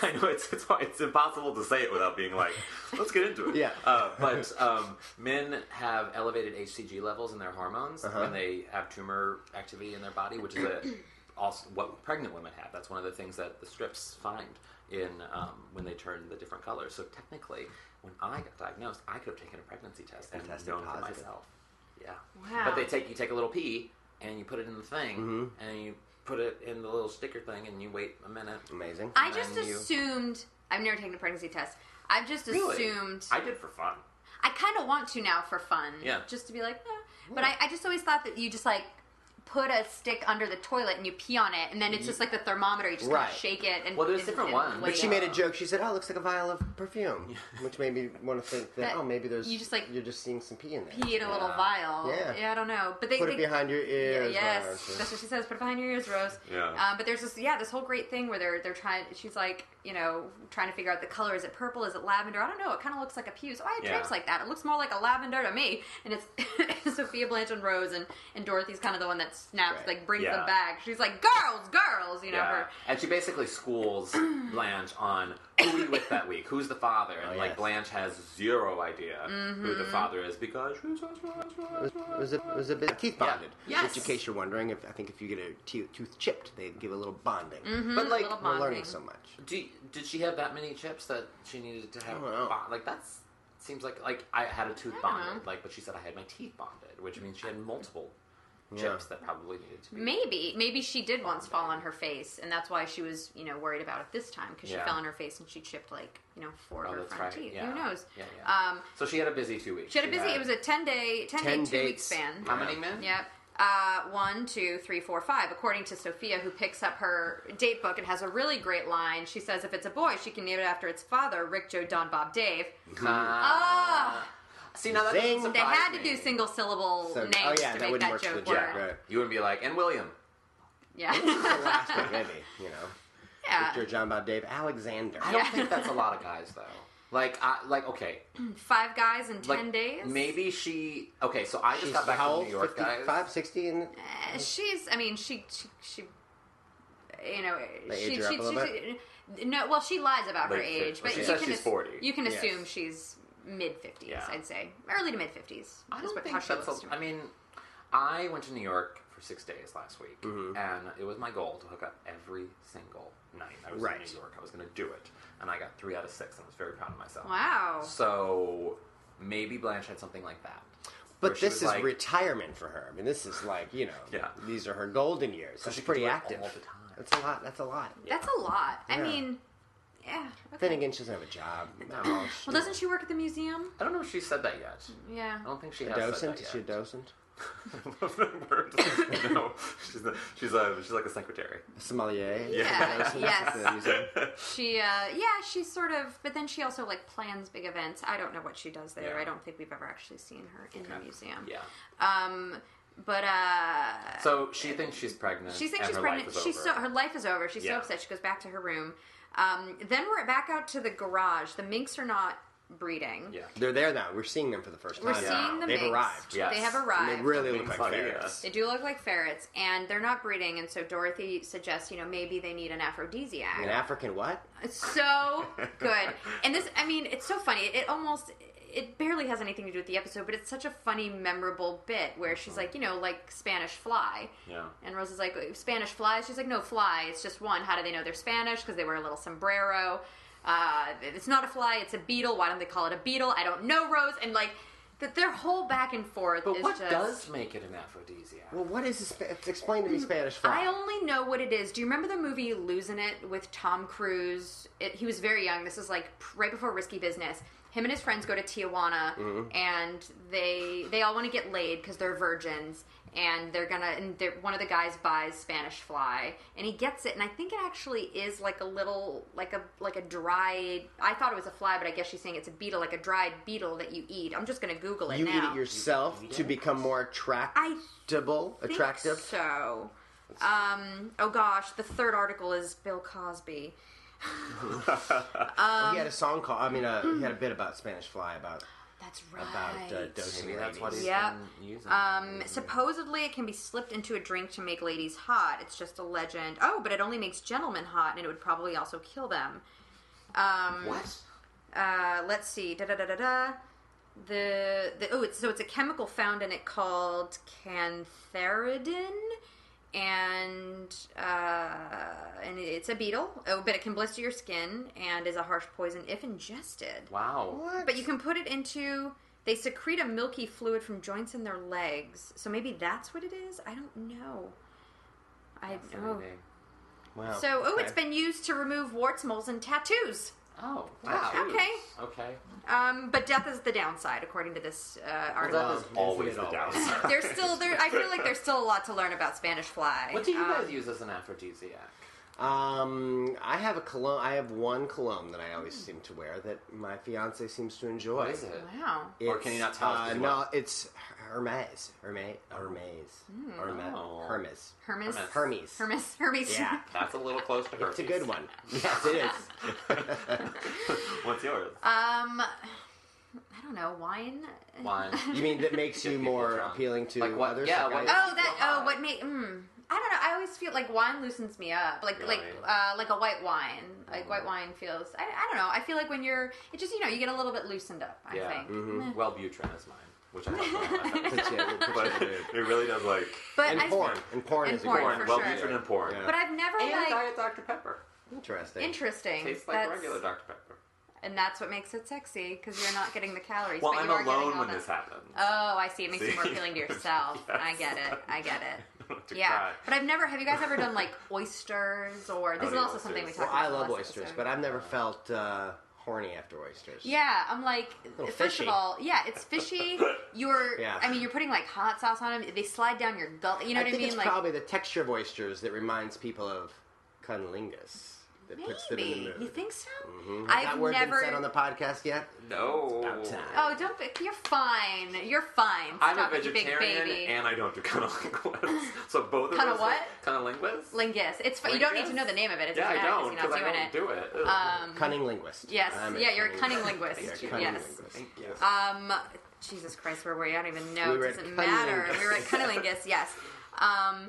Speaker 3: I know it's, it's it's impossible to say it without being like, let's get into it.
Speaker 4: Yeah.
Speaker 3: Uh, but um, men have
Speaker 4: Uh-huh.
Speaker 3: elevated HCG levels in their hormones when they have tumor activity in their body, which is a also what pregnant women have. That's one of the things that the strips find in um, when they turn the different colors. So technically, when I got diagnosed, I could have taken a pregnancy test and,
Speaker 4: tested
Speaker 3: known for
Speaker 4: positive.
Speaker 3: myself. Yeah.
Speaker 2: Wow.
Speaker 3: But they take you take a little pee and you put it in the thing
Speaker 4: Mm-hmm.
Speaker 3: and you put it in the little sticker thing and you wait a minute.
Speaker 4: Amazing.
Speaker 2: I just
Speaker 3: then you-
Speaker 2: assumed I've never taken a pregnancy test. I've just
Speaker 3: Really?
Speaker 2: assumed
Speaker 3: I did for fun.
Speaker 2: I kind of want to now for fun.
Speaker 3: Yeah.
Speaker 2: Just to be like, eh. but I, I just always thought that you just like put a stick under the toilet and you pee on it, and then it's just like the thermometer. You just kind
Speaker 4: Right.
Speaker 2: of shake it and
Speaker 3: Well, there's
Speaker 2: and-
Speaker 3: different
Speaker 2: and
Speaker 3: ones.
Speaker 2: weigh
Speaker 3: But
Speaker 4: She
Speaker 2: it.
Speaker 4: made a joke. She said, "Oh, it looks like a vial of perfume," which made me want to think that,
Speaker 2: That-
Speaker 4: oh, maybe there's
Speaker 2: you just, like,
Speaker 4: you're just seeing some pee in there.
Speaker 2: pee in a little
Speaker 3: Yeah.
Speaker 2: vial.
Speaker 4: Yeah.
Speaker 2: I don't know, but they
Speaker 4: Put
Speaker 2: they,
Speaker 4: it behind your
Speaker 2: Yeah,
Speaker 4: ears. Oh,
Speaker 2: yes,
Speaker 4: Rose.
Speaker 2: that's what she says. Put it behind your ears, Rose.
Speaker 3: Yeah.
Speaker 2: Um, but there's this, yeah, this whole great thing where they're they're trying. She's like, you know, trying to figure out the color. Is it purple? Is it lavender? I don't know. It kind of looks like a pew. So oh, I had
Speaker 3: Yeah.
Speaker 2: dreams like that. It looks more like a lavender to me. And it's Sophia Blanche and Rose, and and Dorothy's kind of the one that snaps,
Speaker 4: Right.
Speaker 2: like brings
Speaker 3: Yeah.
Speaker 2: them back. She's like, girls, girls, you know.
Speaker 3: Yeah.
Speaker 2: Her.
Speaker 3: And she basically schools Blanche on who we with that week, who's the father, and
Speaker 4: Oh,
Speaker 3: like
Speaker 4: yes.
Speaker 3: Blanche has zero idea who
Speaker 2: Mm-hmm.
Speaker 3: the father is because she's
Speaker 4: It was a it was a bit teeth bonded.
Speaker 3: Yes.
Speaker 4: Which, in case you're wondering, if I think if you get a te- tooth chipped, they give a little bonding. But
Speaker 2: Mm-hmm, a
Speaker 4: like
Speaker 2: little
Speaker 4: we're learning
Speaker 2: bonding.
Speaker 4: so much.
Speaker 3: Do, did she have that many chips that she needed to have?
Speaker 4: I don't know.
Speaker 3: bond- Like that's seems like like I had a tooth
Speaker 2: I don't
Speaker 3: bonded,
Speaker 2: know.
Speaker 3: like but she said I had my teeth bonded, which means she had multiple
Speaker 4: Yeah.
Speaker 3: chips that probably needed to be.
Speaker 2: Maybe, maybe she did once fall on her face, and that's why she was, you know, worried about it this time because she
Speaker 3: Yeah.
Speaker 2: fell on her face and she chipped like, you know, four
Speaker 3: Oh,
Speaker 2: of her
Speaker 3: that's
Speaker 2: front
Speaker 3: right.
Speaker 2: teeth.
Speaker 3: Yeah.
Speaker 2: Who knows?
Speaker 3: Yeah, yeah.
Speaker 2: Um,
Speaker 3: So she had a busy two weeks.
Speaker 2: She had a busy. It was a ten day, ten,
Speaker 4: 10
Speaker 2: day, two week
Speaker 4: dates.
Speaker 2: span.
Speaker 3: how many men?
Speaker 2: Yep. Uh, one, two, three, four, five. According to Sophia, who picks up her date book and has a really great line. She says, "If it's a boy, she can name it after its father, Rick, Joe, Don, Bob, Dave." Oh,
Speaker 3: Ah. See now that doesn't
Speaker 4: Zing.
Speaker 2: Uh, They
Speaker 3: surprise
Speaker 2: had to
Speaker 3: me.
Speaker 2: do single syllable
Speaker 4: So,
Speaker 2: names
Speaker 4: oh yeah,
Speaker 2: to
Speaker 4: that
Speaker 2: make
Speaker 4: wouldn't
Speaker 2: that
Speaker 4: work for the
Speaker 2: joke
Speaker 4: joke,
Speaker 2: work.
Speaker 4: right?
Speaker 3: You would be like, and William.
Speaker 2: Yeah.
Speaker 4: The last one, maybe you know. Victor
Speaker 2: yeah.
Speaker 4: John Bob Dave Alexander.
Speaker 3: I don't
Speaker 2: Yeah.
Speaker 3: think that's a lot of guys though. Like, I, like okay,
Speaker 2: Five guys in
Speaker 3: like
Speaker 2: ten days.
Speaker 3: maybe she. Okay, so I just
Speaker 4: She's
Speaker 3: got back
Speaker 4: how
Speaker 3: from
Speaker 4: old?
Speaker 3: New York, guys.
Speaker 4: 55, 60 and
Speaker 2: Uh, she's. I mean, she. She. she you know,
Speaker 4: They
Speaker 2: she,
Speaker 4: age
Speaker 2: she,
Speaker 4: her up
Speaker 2: she,
Speaker 4: a little
Speaker 2: no. Well, she lies about her
Speaker 3: Late fif-
Speaker 2: age,
Speaker 3: well,
Speaker 2: but
Speaker 3: she
Speaker 2: you
Speaker 3: says
Speaker 2: can
Speaker 3: she's
Speaker 2: as-
Speaker 3: 40.
Speaker 2: You can
Speaker 4: Yes.
Speaker 2: assume she's mid fifties.
Speaker 3: Yeah.
Speaker 2: I'd say early to mid fifties.
Speaker 3: I
Speaker 2: is
Speaker 3: don't
Speaker 2: what,
Speaker 3: think
Speaker 2: how she
Speaker 3: that's.
Speaker 2: looks
Speaker 3: A,
Speaker 2: to me.
Speaker 3: I mean, I went to New York for six days last week,
Speaker 4: Mm-hmm.
Speaker 3: and it was my goal to hook up every single night. I was
Speaker 4: Right.
Speaker 3: in New York. I was going to do it, and I got three out of six, and I was very proud of myself.
Speaker 2: wow.
Speaker 3: So maybe Blanche had something like that. where
Speaker 4: But
Speaker 3: she
Speaker 4: this
Speaker 3: was
Speaker 4: is
Speaker 3: like-
Speaker 4: retirement for her. I mean, this is like you know,
Speaker 3: Yeah.
Speaker 4: these are her golden years. So
Speaker 3: she
Speaker 4: she's
Speaker 3: can
Speaker 4: pretty
Speaker 3: do it
Speaker 4: active
Speaker 3: all the time.
Speaker 4: That's a lot. That's a lot.
Speaker 2: That's a lot. I
Speaker 4: Yeah.
Speaker 2: mean, yeah. Okay.
Speaker 4: Then again, she doesn't have a job.
Speaker 3: No.
Speaker 2: well, doesn't she work at the museum?
Speaker 3: I don't know if she said that yet.
Speaker 2: Yeah.
Speaker 3: I don't think she
Speaker 4: A
Speaker 3: has
Speaker 4: docent?
Speaker 3: said
Speaker 4: Is
Speaker 3: that
Speaker 4: she a
Speaker 3: yet.
Speaker 4: docent?
Speaker 3: no, she's, not, she's, a, she's like a secretary.
Speaker 4: A sommelier?
Speaker 2: Yeah,
Speaker 4: Docent
Speaker 2: yes.
Speaker 4: at the museum?
Speaker 2: She, uh, yeah, she's sort of, but then she also like plans big events. I don't know what she does there.
Speaker 3: Yeah.
Speaker 2: I don't think we've ever actually seen her in the museum.
Speaker 3: Yeah.
Speaker 2: Um, but uh,
Speaker 3: So she thinks she's pregnant.
Speaker 2: She thinks
Speaker 3: and
Speaker 2: she's
Speaker 3: her
Speaker 2: pregnant.
Speaker 3: Life is
Speaker 2: She's
Speaker 3: over.
Speaker 2: so her life is over. She's
Speaker 3: Yeah.
Speaker 2: so upset. She goes back to her room. Um, then we're back out to the garage. The minks are not breeding.
Speaker 3: Yeah.
Speaker 4: They're there now. We're seeing them for the first
Speaker 2: We're
Speaker 4: time.
Speaker 2: seeing the
Speaker 4: They've
Speaker 2: minks.
Speaker 4: arrived.
Speaker 3: Yes.
Speaker 2: They have
Speaker 3: And
Speaker 2: arrived.
Speaker 4: And they really look
Speaker 3: Minks
Speaker 4: like
Speaker 3: are,
Speaker 4: ferrets.
Speaker 2: They do look like ferrets, and they're not breeding. And so Dorothy suggests, you know, maybe they need an aphrodisiac.
Speaker 4: An African what?
Speaker 2: It's so good. And this, I mean, it's so funny. It almost, it barely has anything to do with the episode, but it's such a funny, memorable bit where she's
Speaker 3: Uh-huh.
Speaker 2: like, you know, like Spanish fly.
Speaker 3: Yeah.
Speaker 2: And Rose is like, Spanish flies? She's like, no, fly. It's just one. How do they know they're Spanish? Because they wear a little sombrero. Uh, it's not a fly. It's a beetle. Why don't they call it a beetle? I don't know, Rose. And like, that their whole back and forth
Speaker 3: But
Speaker 2: is
Speaker 3: what
Speaker 2: just.
Speaker 3: does make it an aphrodisiac?
Speaker 4: Well, what is this? Sp- Explain to me Spanish fly.
Speaker 2: Mm, I only know what it is. Do you remember the movie Losing It with Tom Cruise? It, he was very young. This is like pr- right before Risky Business. Him and his friends go to Tijuana,
Speaker 4: Mm-hmm.
Speaker 2: and they they all want to get laid because they're virgins, and they're gonna. And they're, one of the guys buys Spanish fly, and he gets it, and I think it actually is like a little like a like a dried. I thought it was a fly, but I guess she's saying it's a beetle, like a dried beetle that you eat. I'm just gonna Google it
Speaker 4: you
Speaker 2: now.
Speaker 4: eat it yourself to become more
Speaker 2: I
Speaker 4: attractable.
Speaker 2: think
Speaker 4: attractive.
Speaker 2: So, um, oh gosh, the third article is Bill Cosby.
Speaker 4: he had a song called. I mean, uh, he had a bit about Spanish fly about
Speaker 2: That's right.
Speaker 4: about uh, dosing
Speaker 3: Maybe that's what
Speaker 4: ladies.
Speaker 3: he's
Speaker 2: Yep.
Speaker 3: been using.
Speaker 2: um, supposedly, it can be slipped into a drink to make ladies hot. It's just a legend. Oh, but it only makes gentlemen hot, and it would probably also kill them. Um,
Speaker 3: what?
Speaker 2: uh, let's see. Da da da da da. The, the oh, it's so it's a chemical found in it called cantharidin. and uh, and it's a beetle, oh, but it can blister your skin and is a harsh poison if ingested.
Speaker 3: Wow.
Speaker 4: What?
Speaker 2: But you can put it into. They secrete a milky fluid from joints in their legs, so maybe that's what it is. I don't know. I oh.
Speaker 3: Fascinating.
Speaker 4: Wow.
Speaker 2: so oh, it's
Speaker 4: Okay.
Speaker 2: been used to remove warts, moles, and tattoos.
Speaker 3: Oh, wow.
Speaker 4: Tattoos.
Speaker 2: Okay,
Speaker 3: Okay.
Speaker 2: um, but death is the downside, according to this uh, article.
Speaker 3: Well, that is
Speaker 4: Isn't
Speaker 3: always
Speaker 4: it
Speaker 3: the
Speaker 4: always?
Speaker 3: downside.
Speaker 2: there's still there. I feel like there's still a lot to learn about Spanish fly.
Speaker 3: What do you guys
Speaker 2: Um,
Speaker 3: use as an aphrodisiac?
Speaker 4: Um, I have a cologne. I have one cologne that I always seem to wear that my fiance seems to enjoy.
Speaker 3: What is it?
Speaker 2: Wow.
Speaker 3: Or can you not tell us
Speaker 4: uh,
Speaker 3: 'cause you
Speaker 4: no,
Speaker 3: won't?
Speaker 4: it's Hermes. Hermes. Hermes.
Speaker 2: Hmm.
Speaker 4: Hermes.
Speaker 3: Oh.
Speaker 4: Hermes.
Speaker 2: Hermes.
Speaker 3: Hermes.
Speaker 4: Hermes.
Speaker 2: Hermes. Hermes.
Speaker 4: Yeah.
Speaker 3: That's a little close to her.
Speaker 4: It's a good one. Yes, it is.
Speaker 3: What's yours?
Speaker 2: Um, I don't know wine.
Speaker 3: Wine.
Speaker 4: You mean that makes
Speaker 3: Get
Speaker 4: you
Speaker 3: people
Speaker 4: more
Speaker 3: drunk.
Speaker 4: appealing to
Speaker 3: Like what-
Speaker 4: others?
Speaker 3: yeah,
Speaker 4: Like
Speaker 3: what-
Speaker 4: I-
Speaker 2: Oh, that. Oh, what made? Mm, I don't know. I always feel like wine loosens me up, like like
Speaker 3: Really?
Speaker 2: uh, like a white wine. Like
Speaker 4: Mm.
Speaker 2: white wine feels. I, I don't know. I feel like when you're, it just you know you get a little bit loosened up. I
Speaker 3: yeah.
Speaker 2: think.
Speaker 4: mm-hmm.
Speaker 3: Um, Well, Butrin is mine, which I love.
Speaker 4: puts you- it puts you-
Speaker 3: but it really does like
Speaker 2: But
Speaker 4: and
Speaker 2: I,
Speaker 4: porn. And porn
Speaker 2: and
Speaker 4: is
Speaker 2: porn,
Speaker 4: a good
Speaker 3: porn.
Speaker 2: for
Speaker 4: one.
Speaker 3: Well,
Speaker 2: sure.
Speaker 3: Butrin and porn.
Speaker 4: Yeah.
Speaker 2: But I've never
Speaker 3: And
Speaker 2: like
Speaker 3: Diet Dr Pepper
Speaker 4: Interesting.
Speaker 2: interesting.
Speaker 3: tastes like
Speaker 2: That's-
Speaker 3: regular Dr Pepper.
Speaker 2: and that's what makes it sexy because you're not getting the calories.
Speaker 3: Well,
Speaker 2: but
Speaker 3: I'm
Speaker 2: you are getting
Speaker 3: alone
Speaker 2: all
Speaker 3: when
Speaker 2: that-
Speaker 3: this happens.
Speaker 2: Oh, I see. It makes
Speaker 3: See?
Speaker 2: you more appealing to yourself. I
Speaker 3: Yes.
Speaker 2: get it. I get it.
Speaker 3: Don't have to
Speaker 2: yeah,
Speaker 3: cry. Oh,
Speaker 2: but I've never. Have you guys ever done like oysters or? This
Speaker 3: do
Speaker 2: is also
Speaker 3: oysters.
Speaker 2: something we
Speaker 4: Well,
Speaker 2: talked about.
Speaker 4: I
Speaker 2: in the
Speaker 4: love
Speaker 2: last
Speaker 4: oysters,
Speaker 2: episode.
Speaker 4: but I've never felt uh, horny after oysters.
Speaker 2: Yeah, I'm like,
Speaker 4: little
Speaker 2: first
Speaker 4: fishy.
Speaker 2: of all, yeah, it's fishy. You're,
Speaker 4: Yeah.
Speaker 2: I mean, you're putting like hot sauce on them. They slide down your gullet. You know
Speaker 4: I
Speaker 2: what
Speaker 4: think
Speaker 2: I mean?
Speaker 4: it's
Speaker 2: like,
Speaker 4: probably the texture of oysters that reminds people of cunnilingus that puts them in the
Speaker 2: maybe
Speaker 4: mood.
Speaker 2: you think so?
Speaker 3: Mm-hmm.
Speaker 4: Has
Speaker 2: I've
Speaker 4: that word
Speaker 2: never.
Speaker 4: been said on the podcast yet?
Speaker 3: No.
Speaker 4: It's about time.
Speaker 2: oh, don't. be- You're fine. You're fine.
Speaker 3: I'm
Speaker 2: Stop
Speaker 3: a
Speaker 2: it, you big
Speaker 3: vegetarian
Speaker 2: baby.
Speaker 3: and I don't do cunnilingus. so both of
Speaker 2: Kinda
Speaker 3: us.
Speaker 2: what?
Speaker 3: Cunnilingus?
Speaker 2: Lingus. It's fun. You don't need
Speaker 3: Lingus?
Speaker 2: to know the name of it. It
Speaker 3: yeah,
Speaker 2: doesn't
Speaker 3: I
Speaker 2: matter 'cause
Speaker 3: don't
Speaker 2: you're
Speaker 3: because I
Speaker 2: not
Speaker 3: don't
Speaker 2: doing it.
Speaker 3: do it. Ugh.
Speaker 2: Um,
Speaker 4: Cunning linguist.
Speaker 2: Yes.
Speaker 4: I'm
Speaker 2: Yeah, you're a cunning
Speaker 4: You're a
Speaker 2: linguist.
Speaker 4: cunning
Speaker 2: Yes.
Speaker 4: linguist.
Speaker 3: Thank you.
Speaker 2: Um, Jesus Christ, where were we? I don't even know.
Speaker 4: We were
Speaker 2: it
Speaker 4: at
Speaker 2: doesn't matter.
Speaker 4: Cunnilingus.
Speaker 2: We were at Cunnilingus, yes. Um,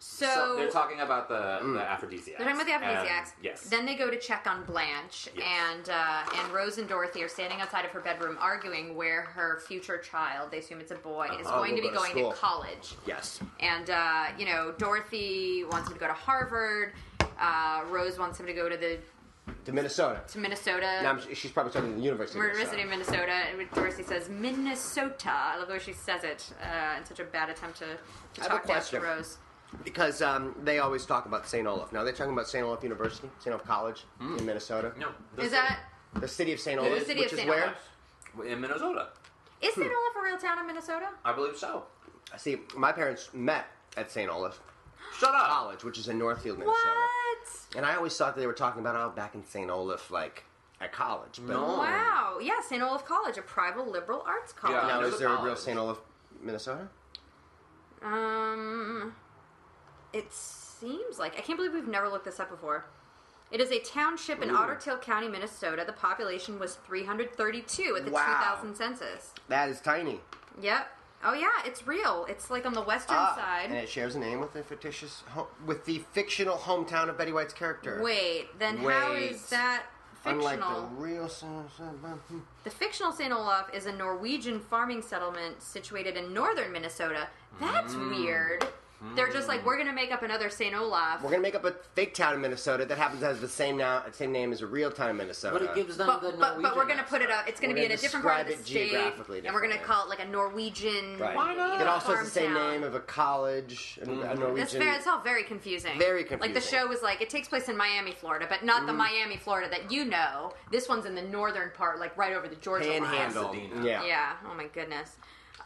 Speaker 2: so, Mm.
Speaker 3: So they're talking about the, the aphrodisiacs.
Speaker 2: they're talking about the
Speaker 3: And-
Speaker 2: aphrodisiacs.
Speaker 3: yes.
Speaker 2: Then they go to check on Blanche,
Speaker 3: Yes.
Speaker 2: and uh, and Rose and Dorothy are standing outside of her bedroom arguing where her future child, they assume it's a boy, is
Speaker 4: Uh-huh.
Speaker 2: going to be
Speaker 4: Will go to
Speaker 2: going
Speaker 4: school.
Speaker 2: to college.
Speaker 4: Yes.
Speaker 2: And, uh, you know, Dorothy wants him to go to Harvard. Uh, Rose wants him to go to the
Speaker 4: To Minnesota.
Speaker 2: to Minnesota.
Speaker 4: Now, I'm- she's probably talking to the University of
Speaker 2: University of
Speaker 4: Minnesota.
Speaker 2: Minnesota, and Dorsey says Minnesota. I love the way she says it uh, in such a bad attempt to, to
Speaker 4: I have a
Speaker 2: talk down to
Speaker 4: question.
Speaker 2: Rose.
Speaker 4: Because um, they always talk about St. Olaf. Now, they're talking about St. Olaf University, St. Olaf College in Minnesota.
Speaker 3: Hmm. no. the
Speaker 2: Is that
Speaker 4: The city of St.
Speaker 3: It
Speaker 4: Olaf,
Speaker 3: is.
Speaker 2: City of
Speaker 4: which is
Speaker 2: St.
Speaker 4: where?
Speaker 2: Olaf.
Speaker 3: in Minnesota?
Speaker 2: is
Speaker 4: Hmm.
Speaker 2: St. Olaf a real town in Minnesota?
Speaker 3: I believe so.
Speaker 4: See, my parents met at St. Olaf
Speaker 3: Shut up.
Speaker 4: College, which is in Northfield, Minnesota.
Speaker 2: What?
Speaker 4: And I always thought that they were talking about oh back in St. Olaf, like at college. But
Speaker 3: No.
Speaker 2: Wow. Yeah, St. Olaf College, a private liberal arts college.
Speaker 3: Yeah.
Speaker 4: now
Speaker 3: There's
Speaker 4: is
Speaker 3: a
Speaker 4: there a real
Speaker 3: college.
Speaker 4: St. Olaf, Minnesota?
Speaker 2: Um, it seems like I can't believe we've never looked this up before. It is a township in
Speaker 4: Ooh.
Speaker 2: Otter Tail County, Minnesota. The population was 332 at the
Speaker 4: Wow.
Speaker 2: 2000 census.
Speaker 4: That is tiny.
Speaker 2: Yep. Oh yeah, it's real. It's like on the western
Speaker 4: Ah,
Speaker 2: side.
Speaker 4: and it shares a name with the fictitious, ho- with the fictional hometown of Betty White's character.
Speaker 2: Wait, then how is
Speaker 4: Wait.
Speaker 2: that fictional?
Speaker 4: Unlike the real.
Speaker 2: the fictional St. Olaf is a Norwegian farming settlement situated in northern Minnesota. That's
Speaker 4: Mm-hmm.
Speaker 2: weird. They're just like, we're going to make up another St. Olaf.
Speaker 4: We're gonna make up a fake town in Minnesota that happens to have the same now, same name as a real town in Minnesota.
Speaker 3: But it gives them
Speaker 2: but,
Speaker 3: the
Speaker 2: but,
Speaker 3: Norwegian.
Speaker 2: but we're going to put it up. It's going
Speaker 4: We're
Speaker 2: to be in
Speaker 4: gonna
Speaker 2: a different part of the
Speaker 4: describe it
Speaker 2: state.
Speaker 4: geographically
Speaker 2: And we're going to
Speaker 4: differently.
Speaker 2: call it like a Norwegian.
Speaker 4: Right.
Speaker 3: Why not? Mm-hmm.
Speaker 4: It also has the
Speaker 2: farm
Speaker 4: same
Speaker 2: town.
Speaker 4: name of a college, and a Norwegian.
Speaker 2: That's very, it's all very confusing.
Speaker 4: Very
Speaker 2: Like the
Speaker 4: confusing. Mm.
Speaker 2: show was like, it takes place in Miami, Florida, but not the Miami, Florida that you know. This one's in the northern part, like right over the Georgia line.
Speaker 4: panhandle.
Speaker 3: Pasadena.
Speaker 4: Yeah.
Speaker 2: Yeah. Oh my goodness.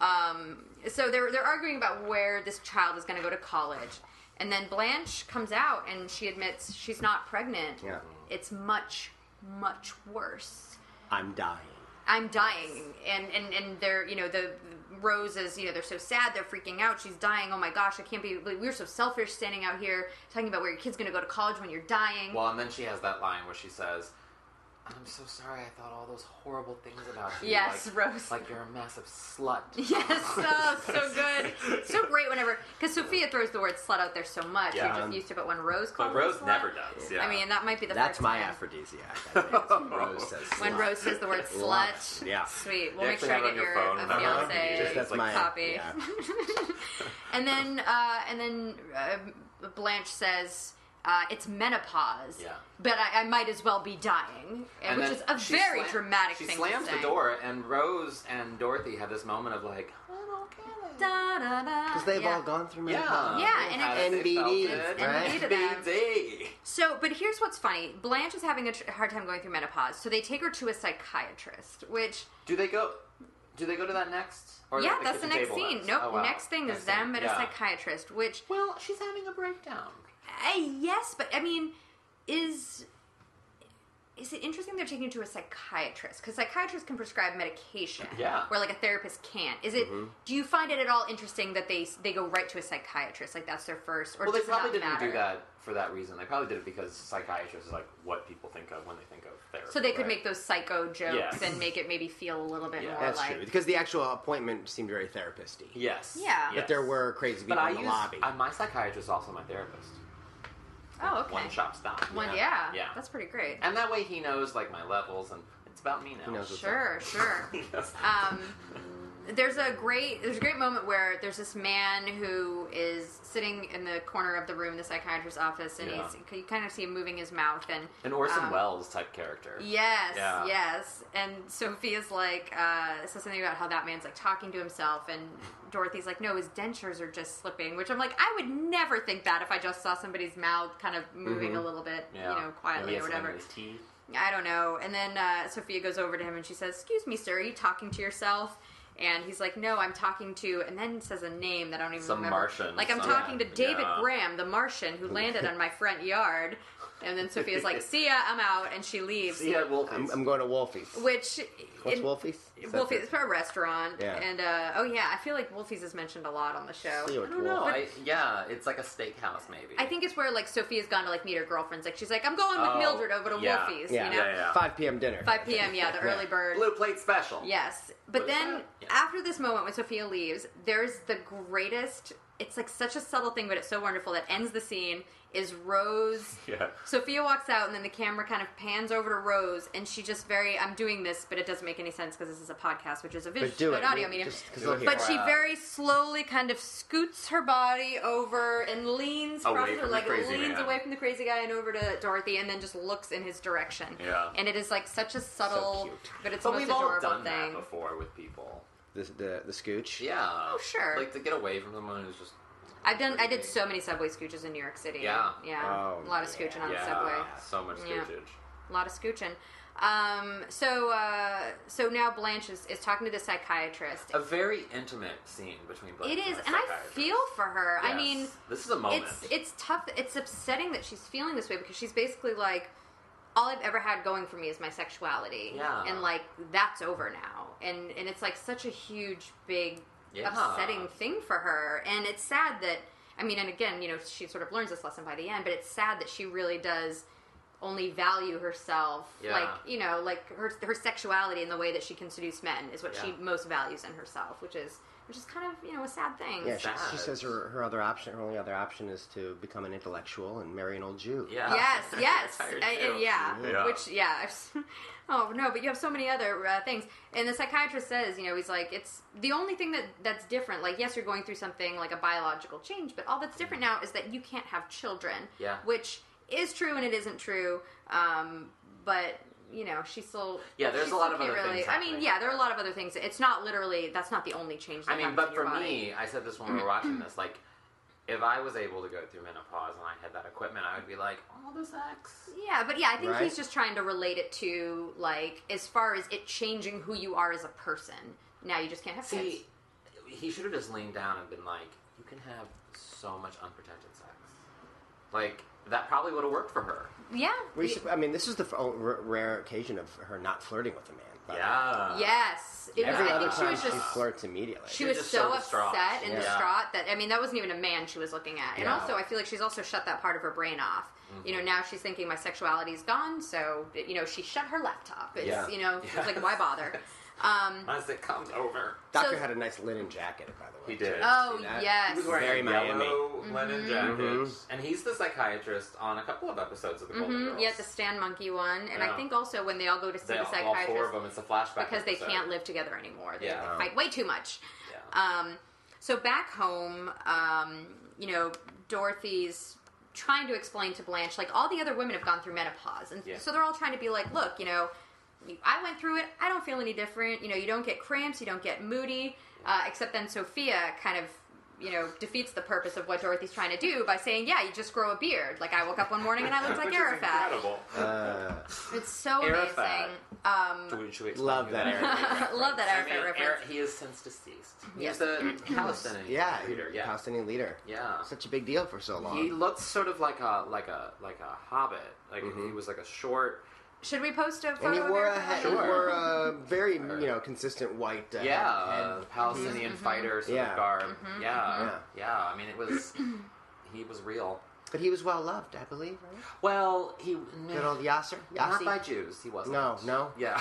Speaker 2: Um, so they're they're arguing about where this child is going to go to college, and then Blanche comes out and she admits she's not pregnant.
Speaker 4: Yeah.
Speaker 2: It's much much worse.
Speaker 4: I'm dying.
Speaker 2: I'm dying, and and and they're you know the the roses you know they're so sad they're freaking out she's dying oh my gosh I can't be we were so selfish standing out here talking about where your kid's going to go to college when you're dying
Speaker 3: Well, and then she has that line where she says, I'm so sorry I thought all those horrible things about you.
Speaker 2: Yes,
Speaker 3: like,
Speaker 2: Rose.
Speaker 3: Like you're a massive slut.
Speaker 2: Yes, oh, so good, so great. Whenever because Sophia throws the word "slut" out there so much,
Speaker 3: Yeah.
Speaker 2: you're just used to. it. But when Rose calls,
Speaker 3: But
Speaker 2: her
Speaker 3: Rose
Speaker 2: slut,
Speaker 3: never does. Yeah.
Speaker 2: I mean, that might be the
Speaker 4: That's
Speaker 2: first
Speaker 4: my
Speaker 2: time.
Speaker 4: aphrodisiac. I think, is when Rose says
Speaker 2: When
Speaker 4: slut.
Speaker 2: Rose says the word
Speaker 4: Love.
Speaker 2: "slut,"
Speaker 4: Yeah.
Speaker 2: sweet.
Speaker 3: You
Speaker 2: We'll make
Speaker 3: actually
Speaker 2: sure I
Speaker 3: have it
Speaker 2: get
Speaker 3: on your
Speaker 2: your
Speaker 3: phone
Speaker 2: a
Speaker 3: and I'm
Speaker 4: Uh-huh.
Speaker 3: not
Speaker 2: fiance
Speaker 3: confused.
Speaker 4: That's
Speaker 3: like
Speaker 4: my
Speaker 2: copy.
Speaker 4: yeah.
Speaker 2: and then uh, and then uh, Blanche says. Uh, it's menopause,
Speaker 3: Yeah.
Speaker 2: but I, I might as well be dying, and which
Speaker 3: then
Speaker 2: is a
Speaker 3: she
Speaker 2: very
Speaker 3: slam-
Speaker 2: dramatic
Speaker 3: She
Speaker 2: thing.
Speaker 3: slams
Speaker 2: to
Speaker 3: the
Speaker 2: say.
Speaker 3: door, and Rose and Dorothy have this moment of like,
Speaker 2: Da, da, da.
Speaker 4: Because they've
Speaker 2: Yeah.
Speaker 4: all gone through
Speaker 3: yeah,
Speaker 4: menopause.
Speaker 2: Yeah, and
Speaker 3: how
Speaker 2: it-
Speaker 3: did they felt
Speaker 4: NBD,
Speaker 3: it,
Speaker 4: right?
Speaker 3: NBD.
Speaker 2: So, but here's what's funny. Blanche is having a tr- hard time going through menopause, so they take her to a psychiatrist, which
Speaker 3: Do they go? Do they go to that next? Or
Speaker 2: yeah,
Speaker 3: they
Speaker 2: that's the
Speaker 3: skip
Speaker 2: next
Speaker 3: table
Speaker 2: scene.
Speaker 3: next?
Speaker 2: Nope,
Speaker 3: Oh, wow.
Speaker 2: next thing is
Speaker 3: Next
Speaker 2: them at
Speaker 3: yeah.
Speaker 2: a psychiatrist, which
Speaker 3: Well, she's having a breakdown.
Speaker 2: uh, yes, but I mean, is is it interesting they're taking you to a psychiatrist? Because psychiatrists can prescribe medication,
Speaker 3: Yeah. Mm-hmm.
Speaker 2: where like a therapist can't. Is it? Do you find it at all interesting that they they go right to a psychiatrist, like that's their first? Or
Speaker 3: Well, they
Speaker 2: does it not
Speaker 3: probably didn't
Speaker 2: matter?
Speaker 3: do that for that reason. They probably did it because psychiatrists is like what people think of when they think of therapy.
Speaker 2: So they could
Speaker 3: right?
Speaker 2: make those psycho jokes
Speaker 3: Yes.
Speaker 2: and make it maybe feel a little bit
Speaker 3: Yeah.
Speaker 2: more
Speaker 4: That's
Speaker 2: like
Speaker 4: true. Because the actual appointment seemed very therapist-y.
Speaker 3: Yes.
Speaker 2: Yeah.
Speaker 3: Yes.
Speaker 2: But
Speaker 4: But there were crazy people
Speaker 3: But I
Speaker 4: in the
Speaker 3: use
Speaker 4: lobby.
Speaker 3: I, my psychiatrist is also my therapist.
Speaker 2: Oh, okay.
Speaker 3: One shop stop.
Speaker 2: One, yeah.
Speaker 3: Yeah.
Speaker 2: That's pretty great.
Speaker 3: and that way he knows like my levels and it's about me now.
Speaker 4: He knows what's
Speaker 2: Sure, sure.
Speaker 3: Yes.
Speaker 2: Um, there's a great there's a great moment where there's this man who is sitting in the corner of the room, the psychiatrist's office, and
Speaker 3: Yeah.
Speaker 2: he's you kind of see him moving his mouth and
Speaker 3: An Orson
Speaker 2: um,
Speaker 3: Welles type character.
Speaker 2: Yes,
Speaker 3: Yeah.
Speaker 2: yes. And Sophia's like uh, says something about how that man's like talking to himself, and Dorothy's like, "No, his dentures are just slipping." Which I'm like, I would never think that if I just saw somebody's mouth kind of moving a little bit,
Speaker 3: Mm-hmm. Yeah.
Speaker 2: you know, quietly
Speaker 3: Maybe
Speaker 2: or
Speaker 3: it's him
Speaker 2: whatever.
Speaker 3: and his teeth.
Speaker 2: I don't know. And then uh, Sophia goes over to him and she says, "Excuse me, sir, are you talking to yourself?" And he's like, "No, I'm talking to," and then says a name that I don't even
Speaker 3: Some
Speaker 2: remember.
Speaker 3: Martian,
Speaker 2: Like I'm
Speaker 3: some-
Speaker 2: talking to David
Speaker 3: Yeah.
Speaker 2: Graham, the Martian who landed on my front yard. And then Sophia's like, "See ya, I'm out," and she leaves.
Speaker 3: See, yeah, Wolfie's.
Speaker 4: I'm, I'm going to Wolfie's.
Speaker 2: Which
Speaker 4: What's
Speaker 2: in-
Speaker 4: Wolfie's? Is that
Speaker 2: Wolfie's
Speaker 4: the-
Speaker 2: it's a restaurant,
Speaker 4: Yeah.
Speaker 2: and uh, oh yeah, I feel like Wolfie's is mentioned a lot on the show.
Speaker 4: See what
Speaker 3: I don't know.
Speaker 4: Wolfie-
Speaker 3: I, yeah, it's like a steakhouse, maybe.
Speaker 2: I think it's where like Sophia's gone to like meet her girlfriends. Like she's like, I'm going with
Speaker 3: Oh,
Speaker 2: Mildred over to
Speaker 3: yeah.
Speaker 2: Wolfie's.
Speaker 4: Yeah.
Speaker 2: You know?
Speaker 3: Yeah, yeah.
Speaker 4: 5 p.m. dinner.
Speaker 2: 5 p.m. Yeah, the early bird.
Speaker 3: blue plate special.
Speaker 2: Yes,
Speaker 3: What
Speaker 2: but
Speaker 3: is
Speaker 2: then
Speaker 3: that? Yeah.
Speaker 2: after this moment when Sophia leaves, there's the greatest. It's like such a subtle thing, but it's so wonderful that ends the scene. Is Rose
Speaker 3: Yeah.
Speaker 2: Sophia walks out, and then the camera kind of pans over to Rose, and she just very, I'm doing this, but it doesn't make any sense because this is a podcast, which is a visual,
Speaker 4: But do it.
Speaker 2: an audio
Speaker 4: We-
Speaker 2: medium.
Speaker 4: just 'cause they'll hear
Speaker 2: But
Speaker 4: it.
Speaker 2: she
Speaker 3: Wow.
Speaker 2: very slowly kind of scoots her body over and leans,
Speaker 3: Away
Speaker 2: crosses
Speaker 3: from
Speaker 2: her
Speaker 3: the
Speaker 2: leg,
Speaker 3: crazy
Speaker 2: leans
Speaker 3: man.
Speaker 2: away from the crazy guy and over to Dorothy, and then just looks in his direction.
Speaker 3: Yeah.
Speaker 2: And it is like such a subtle,
Speaker 4: cute.
Speaker 2: but it's the
Speaker 3: But
Speaker 2: most
Speaker 3: we've all
Speaker 2: adorable
Speaker 3: done that
Speaker 2: thing.
Speaker 3: before with people.
Speaker 4: The, the, the scooch.
Speaker 3: Yeah. Oh,
Speaker 2: sure.
Speaker 3: Like to get away from someone who's just
Speaker 2: I've done, I did so many subway scooches in New York City.
Speaker 3: Yeah.
Speaker 2: Yeah.
Speaker 4: Oh,
Speaker 2: a lot of scooching on
Speaker 3: yeah,
Speaker 2: the subway.
Speaker 3: so much
Speaker 2: Yeah.
Speaker 3: scootage.
Speaker 2: a lot of scooching. Um, so uh, so now Blanche is, is talking to the psychiatrist.
Speaker 3: A very intimate scene between both.
Speaker 2: It is, and I feel for her. I mean,
Speaker 3: this is a moment.
Speaker 2: it's it's tough. It's upsetting that she's feeling this way because she's basically like, all I've ever had going for me is my sexuality,
Speaker 3: Yeah.
Speaker 2: and like that's over now. And and it's like such a huge, big,
Speaker 3: Yeah.
Speaker 2: upsetting thing for her. And it's sad that I mean, and again, you know, she sort of learns this lesson by the end. But it's sad that she really does only value herself
Speaker 3: Yeah.
Speaker 2: like you know like her her sexuality and the way that she can seduce men is what she
Speaker 3: Yeah.
Speaker 2: most values in herself which is which is kind of you know a sad thing
Speaker 4: Yeah, she,
Speaker 3: Sad.
Speaker 4: she says her, her other option, her only other option is to become an intellectual and marry an old Jew.
Speaker 3: yeah.
Speaker 2: yes, yes,
Speaker 3: Tired
Speaker 2: I- I-
Speaker 3: too.
Speaker 2: yeah.
Speaker 3: Yeah.
Speaker 2: Which, yeah. oh no, but you have so many other uh, things. And the psychiatrist says, you know, he's like, it's the only thing that that's different. Like, yes, you're going through something like a biological change, but all that's different now is that you can't have children.
Speaker 3: Yeah.
Speaker 2: Which is true and it isn't true, um, but. You know, she still.
Speaker 3: Yeah, there's
Speaker 2: she
Speaker 3: a lot
Speaker 2: still
Speaker 3: of
Speaker 2: can't
Speaker 3: other things
Speaker 2: I mean,
Speaker 3: happening.
Speaker 2: yeah, there are a lot of other things. It's not literally. That's not the only change. That
Speaker 3: I mean,
Speaker 2: happens in
Speaker 3: but
Speaker 2: your
Speaker 3: for
Speaker 2: body.
Speaker 3: me, I said this when we were watching this. Like, if I was able to go through menopause and I had that equipment, I would be like, all the sex.
Speaker 2: Yeah, but yeah, I think
Speaker 4: Right?
Speaker 2: he's just trying to relate it to like as far as it changing who you are as a person. Now you just can't have kids.
Speaker 3: See, he should have just leaned down and been like, you can have so much unprotected sex. Like that probably would have worked for her.
Speaker 2: Yeah.
Speaker 4: We
Speaker 2: Y-
Speaker 4: should, I mean, this is the f- oh, r- rare occasion of her not flirting with a man. by the way.
Speaker 3: Yeah.
Speaker 2: yes. It was,
Speaker 4: Every
Speaker 2: I
Speaker 4: other
Speaker 2: think she
Speaker 4: time
Speaker 2: was
Speaker 4: she,
Speaker 2: just.
Speaker 4: flirts immediately.
Speaker 2: She
Speaker 3: She's
Speaker 2: was
Speaker 3: just
Speaker 2: so,
Speaker 3: so distraught.
Speaker 2: upset and
Speaker 4: Yeah.
Speaker 2: distraught that I mean that wasn't even a man she was looking at. And
Speaker 3: Yeah.
Speaker 2: also I feel like she's also shut that part of her brain off. You know, now she's thinking my sexuality is gone, so you know, she shut her laptop. It's
Speaker 3: Yeah.
Speaker 2: you know,
Speaker 3: Yeah.
Speaker 2: it's like why bother? Um
Speaker 3: As it comes over.
Speaker 4: Doctor
Speaker 2: so-
Speaker 4: had a nice linen jacket, by the way.
Speaker 3: He did.
Speaker 2: Oh,
Speaker 3: See that?
Speaker 2: yes. Mm-hmm.
Speaker 3: He was Mm-hmm. wearing
Speaker 4: Very
Speaker 3: a
Speaker 4: Miami.
Speaker 3: yellow linen jacket,
Speaker 4: Mhm.
Speaker 3: and he's the psychiatrist on a couple of episodes of the Golden
Speaker 2: mhm,
Speaker 3: Girls.
Speaker 2: yeah, the Stan Monkey one. And
Speaker 3: Yeah.
Speaker 2: I think also when they all go to see
Speaker 3: They-
Speaker 2: the
Speaker 3: all four of
Speaker 2: psychiatrist
Speaker 3: them. It's a flashback
Speaker 2: because they
Speaker 3: episode.
Speaker 2: can't live together anymore. They,
Speaker 3: Yeah.
Speaker 2: they fight way too much.
Speaker 3: Yeah.
Speaker 2: Um, so back home, um, you know, Dorothy's trying to explain to Blanche, like all the other women have gone through menopause, and
Speaker 3: Yeah.
Speaker 2: so they're all trying to be like, look, you know, I went through it. I don't feel any different. You know, you don't get cramps, you don't get moody, uh, except then Sophia kind of. You know, defeats the purpose of what Dorothy's trying to do by saying, "Yeah, you just grow a beard." Like I woke up one morning and I looked like
Speaker 3: Which is
Speaker 2: Arafat.
Speaker 3: incredible.
Speaker 4: Uh,
Speaker 2: It's so
Speaker 3: Arafat.
Speaker 2: amazing. Um,
Speaker 3: Should we- should we explain
Speaker 4: love
Speaker 3: who
Speaker 4: that
Speaker 3: is?
Speaker 4: area.
Speaker 2: love that
Speaker 3: I
Speaker 2: Arafat
Speaker 3: mean,
Speaker 2: reference.
Speaker 3: Ara- he is since deceased. He
Speaker 2: Yes.
Speaker 3: was a Palestinian
Speaker 4: Uh, yeah,
Speaker 3: leader. Yeah.
Speaker 4: Palestinian leader.
Speaker 3: yeah.
Speaker 4: Such a big deal for so long.
Speaker 3: He looked sort of like a like a like a hobbit. Like
Speaker 4: Mm-hmm.
Speaker 3: he was like a short.
Speaker 2: Should we post a photo
Speaker 4: and he
Speaker 2: of
Speaker 4: wore a
Speaker 2: Arafat?
Speaker 4: he
Speaker 3: Sure.
Speaker 4: wore a very you know consistent white. Uh,
Speaker 3: yeah,
Speaker 4: head.
Speaker 3: uh, Palestinian
Speaker 2: Mm-hmm.
Speaker 3: fighter sort
Speaker 4: Yeah.
Speaker 3: of garb. Yeah, yeah,
Speaker 4: mhm.
Speaker 3: I mean, it was he was real.
Speaker 4: but he was well loved, I believe. Right?
Speaker 3: Well, he
Speaker 4: Good old Yasser.
Speaker 3: not
Speaker 4: Yassi?
Speaker 3: by Jews. He wasn't.
Speaker 4: No, no.
Speaker 3: Yeah,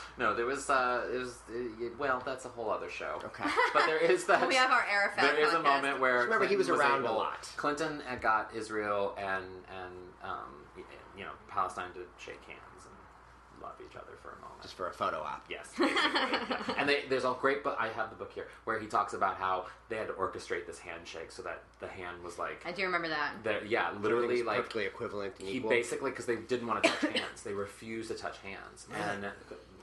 Speaker 3: no. There was. Uh, it was. uh, well, that's a whole other show.
Speaker 4: Okay.
Speaker 3: But there is that.
Speaker 2: We have our Arafat.
Speaker 3: there is a
Speaker 2: podcast.
Speaker 3: moment where
Speaker 4: Just remember he
Speaker 3: Clinton
Speaker 4: was around a
Speaker 3: able-
Speaker 4: lot.
Speaker 3: Clinton had got Israel and and um, y- you know Palestine to shake hands and love each other for a moment.
Speaker 4: Just for a photo op.
Speaker 3: Yes. basically. and they, there's a great book, I have the book here, where he talks about how they had to orchestrate this handshake so that the hand was like,
Speaker 2: I do remember that.
Speaker 3: the- yeah,
Speaker 4: Everything
Speaker 3: literally
Speaker 4: was
Speaker 3: like,
Speaker 4: perfectly equivalent. And
Speaker 3: he
Speaker 4: equal.
Speaker 3: basically, because they didn't want to touch hands, they refused to touch hands. And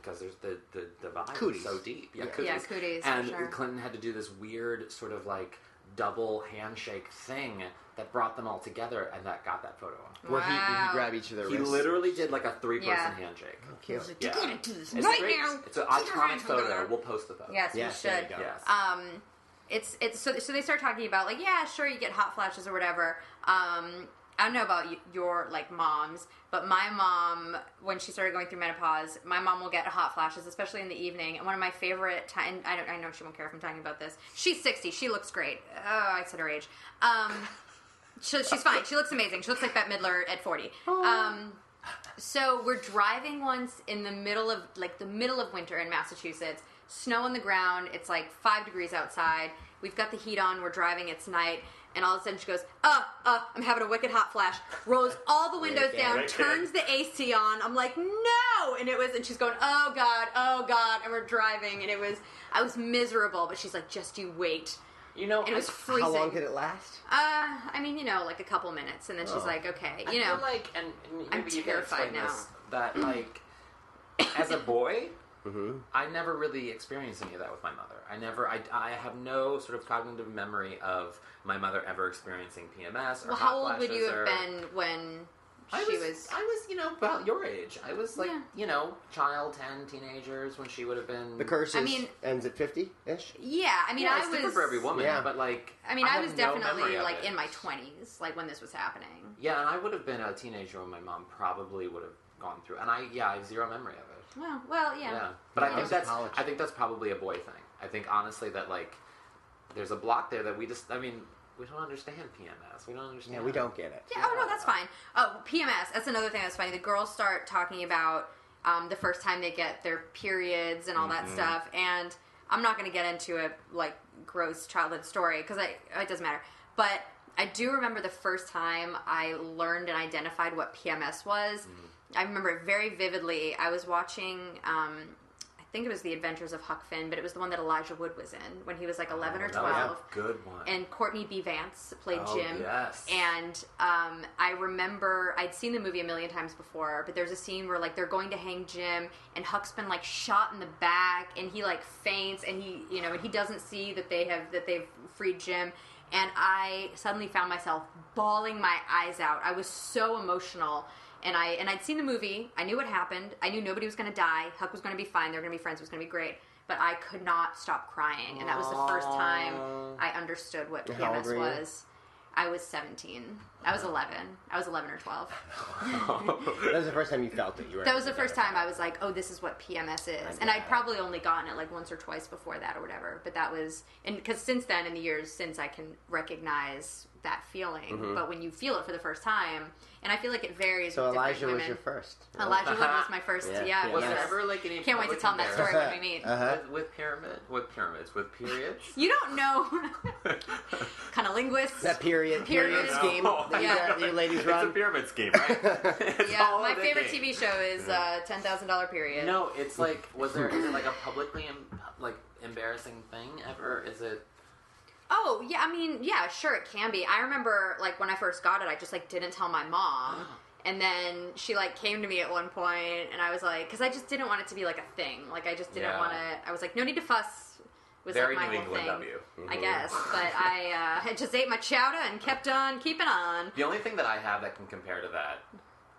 Speaker 3: because there's the, the divide
Speaker 4: Cooties.
Speaker 3: is so deep. Yeah,
Speaker 4: Yeah.
Speaker 3: cooties.
Speaker 2: Yeah, cooties, for
Speaker 3: And
Speaker 2: sure.
Speaker 3: Clinton had to do this weird sort of like double handshake thing that brought them all together and that got that photo off.
Speaker 4: where he, he
Speaker 2: Wow.
Speaker 4: grabbed each of their
Speaker 3: He
Speaker 4: wrists.
Speaker 3: literally did like a three person
Speaker 2: Yeah.
Speaker 3: handshake.
Speaker 4: Cute.
Speaker 3: Yeah.
Speaker 2: You're gonna do this
Speaker 3: It's
Speaker 2: right
Speaker 3: great.
Speaker 2: now.
Speaker 3: It's an
Speaker 2: Keep your
Speaker 3: iconic
Speaker 2: hands together.
Speaker 3: photo. We'll post the photo.
Speaker 2: Yes,
Speaker 4: Yes,
Speaker 2: we
Speaker 4: there
Speaker 2: should.
Speaker 4: you go.
Speaker 3: Yes.
Speaker 2: Um, it's it's so so they start talking about like yeah sure you get hot flashes or whatever. Um, I don't know about y- your like moms, but my mom when she started going through menopause, my mom will get hot flashes, especially in the evening. And one of my favorite time I don't I know she won't care if I'm talking about this. She's sixty. She looks great. Oh, I said her age. Um, she, she's fine. She looks amazing. She looks like Bette Midler at forty. Um. So we're driving once in the middle of like the middle of winter in Massachusetts. Snow on the ground. It's like five degrees outside. We've got the heat on. We're driving. It's night, and all of a sudden she goes, "Uh, uh, I'm having a wicked hot flash." Rolls all the windows
Speaker 4: Wicked.
Speaker 2: down,
Speaker 3: Wicked.
Speaker 2: turns the AC on. I'm like, "No!" And it was, and she's going, "Oh God, oh God!" And we're driving, and it was, I was miserable. But she's like, "Just you wait."
Speaker 3: You know,
Speaker 2: And it was
Speaker 3: I-
Speaker 2: freezing.
Speaker 4: How long did it last?
Speaker 2: Uh, I mean, you know, like a couple minutes, and then she's
Speaker 4: Oh.
Speaker 2: like, "Okay,
Speaker 3: I
Speaker 2: you know."
Speaker 3: feel like, and, and maybe
Speaker 2: I'm
Speaker 3: you can
Speaker 2: terrified
Speaker 3: explain
Speaker 2: now.
Speaker 3: this, that
Speaker 4: Hmm.
Speaker 3: like, as a boy,
Speaker 4: Mm-hmm.
Speaker 3: I never really experienced any of that with my mother. I never, I, I have no sort of cognitive memory of my mother ever experiencing PMS or
Speaker 2: well,
Speaker 3: hot
Speaker 2: how old would
Speaker 3: flashes
Speaker 2: you have
Speaker 3: or-
Speaker 2: been when
Speaker 3: I
Speaker 2: she
Speaker 3: was,
Speaker 2: was?
Speaker 3: I was, you know, about your age. I was like,
Speaker 2: Yeah.
Speaker 3: you know, child, ten, teenagers when she would have been
Speaker 4: The curse
Speaker 2: I
Speaker 4: is-
Speaker 2: mean-
Speaker 4: ends at fifty ish.
Speaker 2: Yeah, I mean,
Speaker 3: Yeah,
Speaker 2: I
Speaker 3: it's
Speaker 2: was
Speaker 3: different for every woman,
Speaker 4: Yeah.
Speaker 3: but like,
Speaker 2: I mean, I,
Speaker 3: have
Speaker 2: was
Speaker 3: no
Speaker 2: definitely
Speaker 3: memory of
Speaker 2: like
Speaker 3: it.
Speaker 2: in my twenties, like when this was happening.
Speaker 3: Yeah, and I would have been a teenager when my mom probably would have gone through. And I, yeah, I have zero memory of it.
Speaker 2: Well, well, yeah.
Speaker 3: Yeah, but I
Speaker 2: Yeah.
Speaker 3: think that's
Speaker 4: College.
Speaker 3: I think that's probably a boy thing. I think honestly that like there's a block there that we just I mean we don't understand PMS. We don't understand.
Speaker 4: Yeah, we don't get it.
Speaker 2: Yeah, Oh no, that's fine. Oh, PMS. That's another thing that's funny. The girls start talking about um, the first time they get their periods and all
Speaker 3: Mm-hmm.
Speaker 2: that stuff. And I'm not going to get into a like gross childhood story because it doesn't matter. But I do remember the first time I learned and identified what PMS was.
Speaker 3: Mm-hmm.
Speaker 2: I remember it very vividly. I was watching. Um, I think it was The Adventures of Huck Finn, but it was the one that Elijah Wood was in when he was like 11 or
Speaker 3: Oh, That was
Speaker 2: 12
Speaker 3: a good one.
Speaker 2: and Courtney B. Vance played
Speaker 3: Oh,
Speaker 2: Jim.
Speaker 3: yes.
Speaker 2: And um, I remember I'd seen the movie a million times before, but there's a scene where like they're going to hang Jim, and Huck's been like shot in the back, and he like faints, and he you know, and he doesn't see that they have that they've freed Jim. And I suddenly found myself bawling my eyes out. I was so emotional. And I and I'd seen the movie. I knew what happened. I knew nobody was going to die. Huck was going to be fine. They're going to be friends. It was going to be great. But I could not stop crying, and that was the first time
Speaker 3: Aww.
Speaker 2: I understood what
Speaker 4: Uh, How old
Speaker 2: PMS
Speaker 4: were you?
Speaker 2: was. I was 17. I was 11. I was 11 or 12.
Speaker 4: That was the first time you felt it. You were
Speaker 2: That was the first time I was like, oh, this is what PMS is. And I'd probably only gotten it like once or twice before that or whatever. But that was, and because since then, in the years since, I can recognize that feeling. But when you feel it for the first time, and I feel like it varies.
Speaker 4: Mm-hmm. So
Speaker 2: with different
Speaker 4: Elijah was
Speaker 2: women.
Speaker 4: your first.
Speaker 2: Elijah Wood was my first.
Speaker 4: Yeah.
Speaker 2: Yeah.
Speaker 4: Yeah.
Speaker 3: Was
Speaker 2: it
Speaker 3: there
Speaker 4: Yes.
Speaker 3: ever like any?
Speaker 2: Can't wait to
Speaker 3: public
Speaker 2: tell him that story
Speaker 3: embarrassment
Speaker 2: when we meet.
Speaker 4: Uh-huh.
Speaker 3: With, with pyramid, with pyramids, with periods.
Speaker 2: You don't know kind of linguists.
Speaker 4: That period period,
Speaker 2: Period.
Speaker 4: scheme that you,
Speaker 2: Yeah.
Speaker 4: that you uh, ladies
Speaker 3: Oh, It's a
Speaker 4: run.
Speaker 3: pyramid scheme, right? It's
Speaker 2: yeah,
Speaker 3: all
Speaker 2: my
Speaker 3: a big
Speaker 2: favorite
Speaker 3: game.
Speaker 2: TV show is uh, Ten Thousand Dollar Period.
Speaker 3: No, it's like, was there is it like a publicly em- like embarrassing thing ever? Is it?
Speaker 2: Oh yeah, I mean yeah, sure it can be. I remember like when I first got it, I just like didn't tell my mom, and then she like came to me at one point, and I was like, because I just didn't want it to be like a thing. Like I just didn't
Speaker 3: Yeah.
Speaker 2: want to. I was like, no need to fuss. Was
Speaker 3: Very
Speaker 2: like my
Speaker 3: New
Speaker 2: whole
Speaker 3: England
Speaker 2: thing,
Speaker 3: of you. Mm-hmm.
Speaker 2: I guess. But I uh, I just ate my chowder and kept on keeping on.
Speaker 3: The only thing that I have that can compare to that,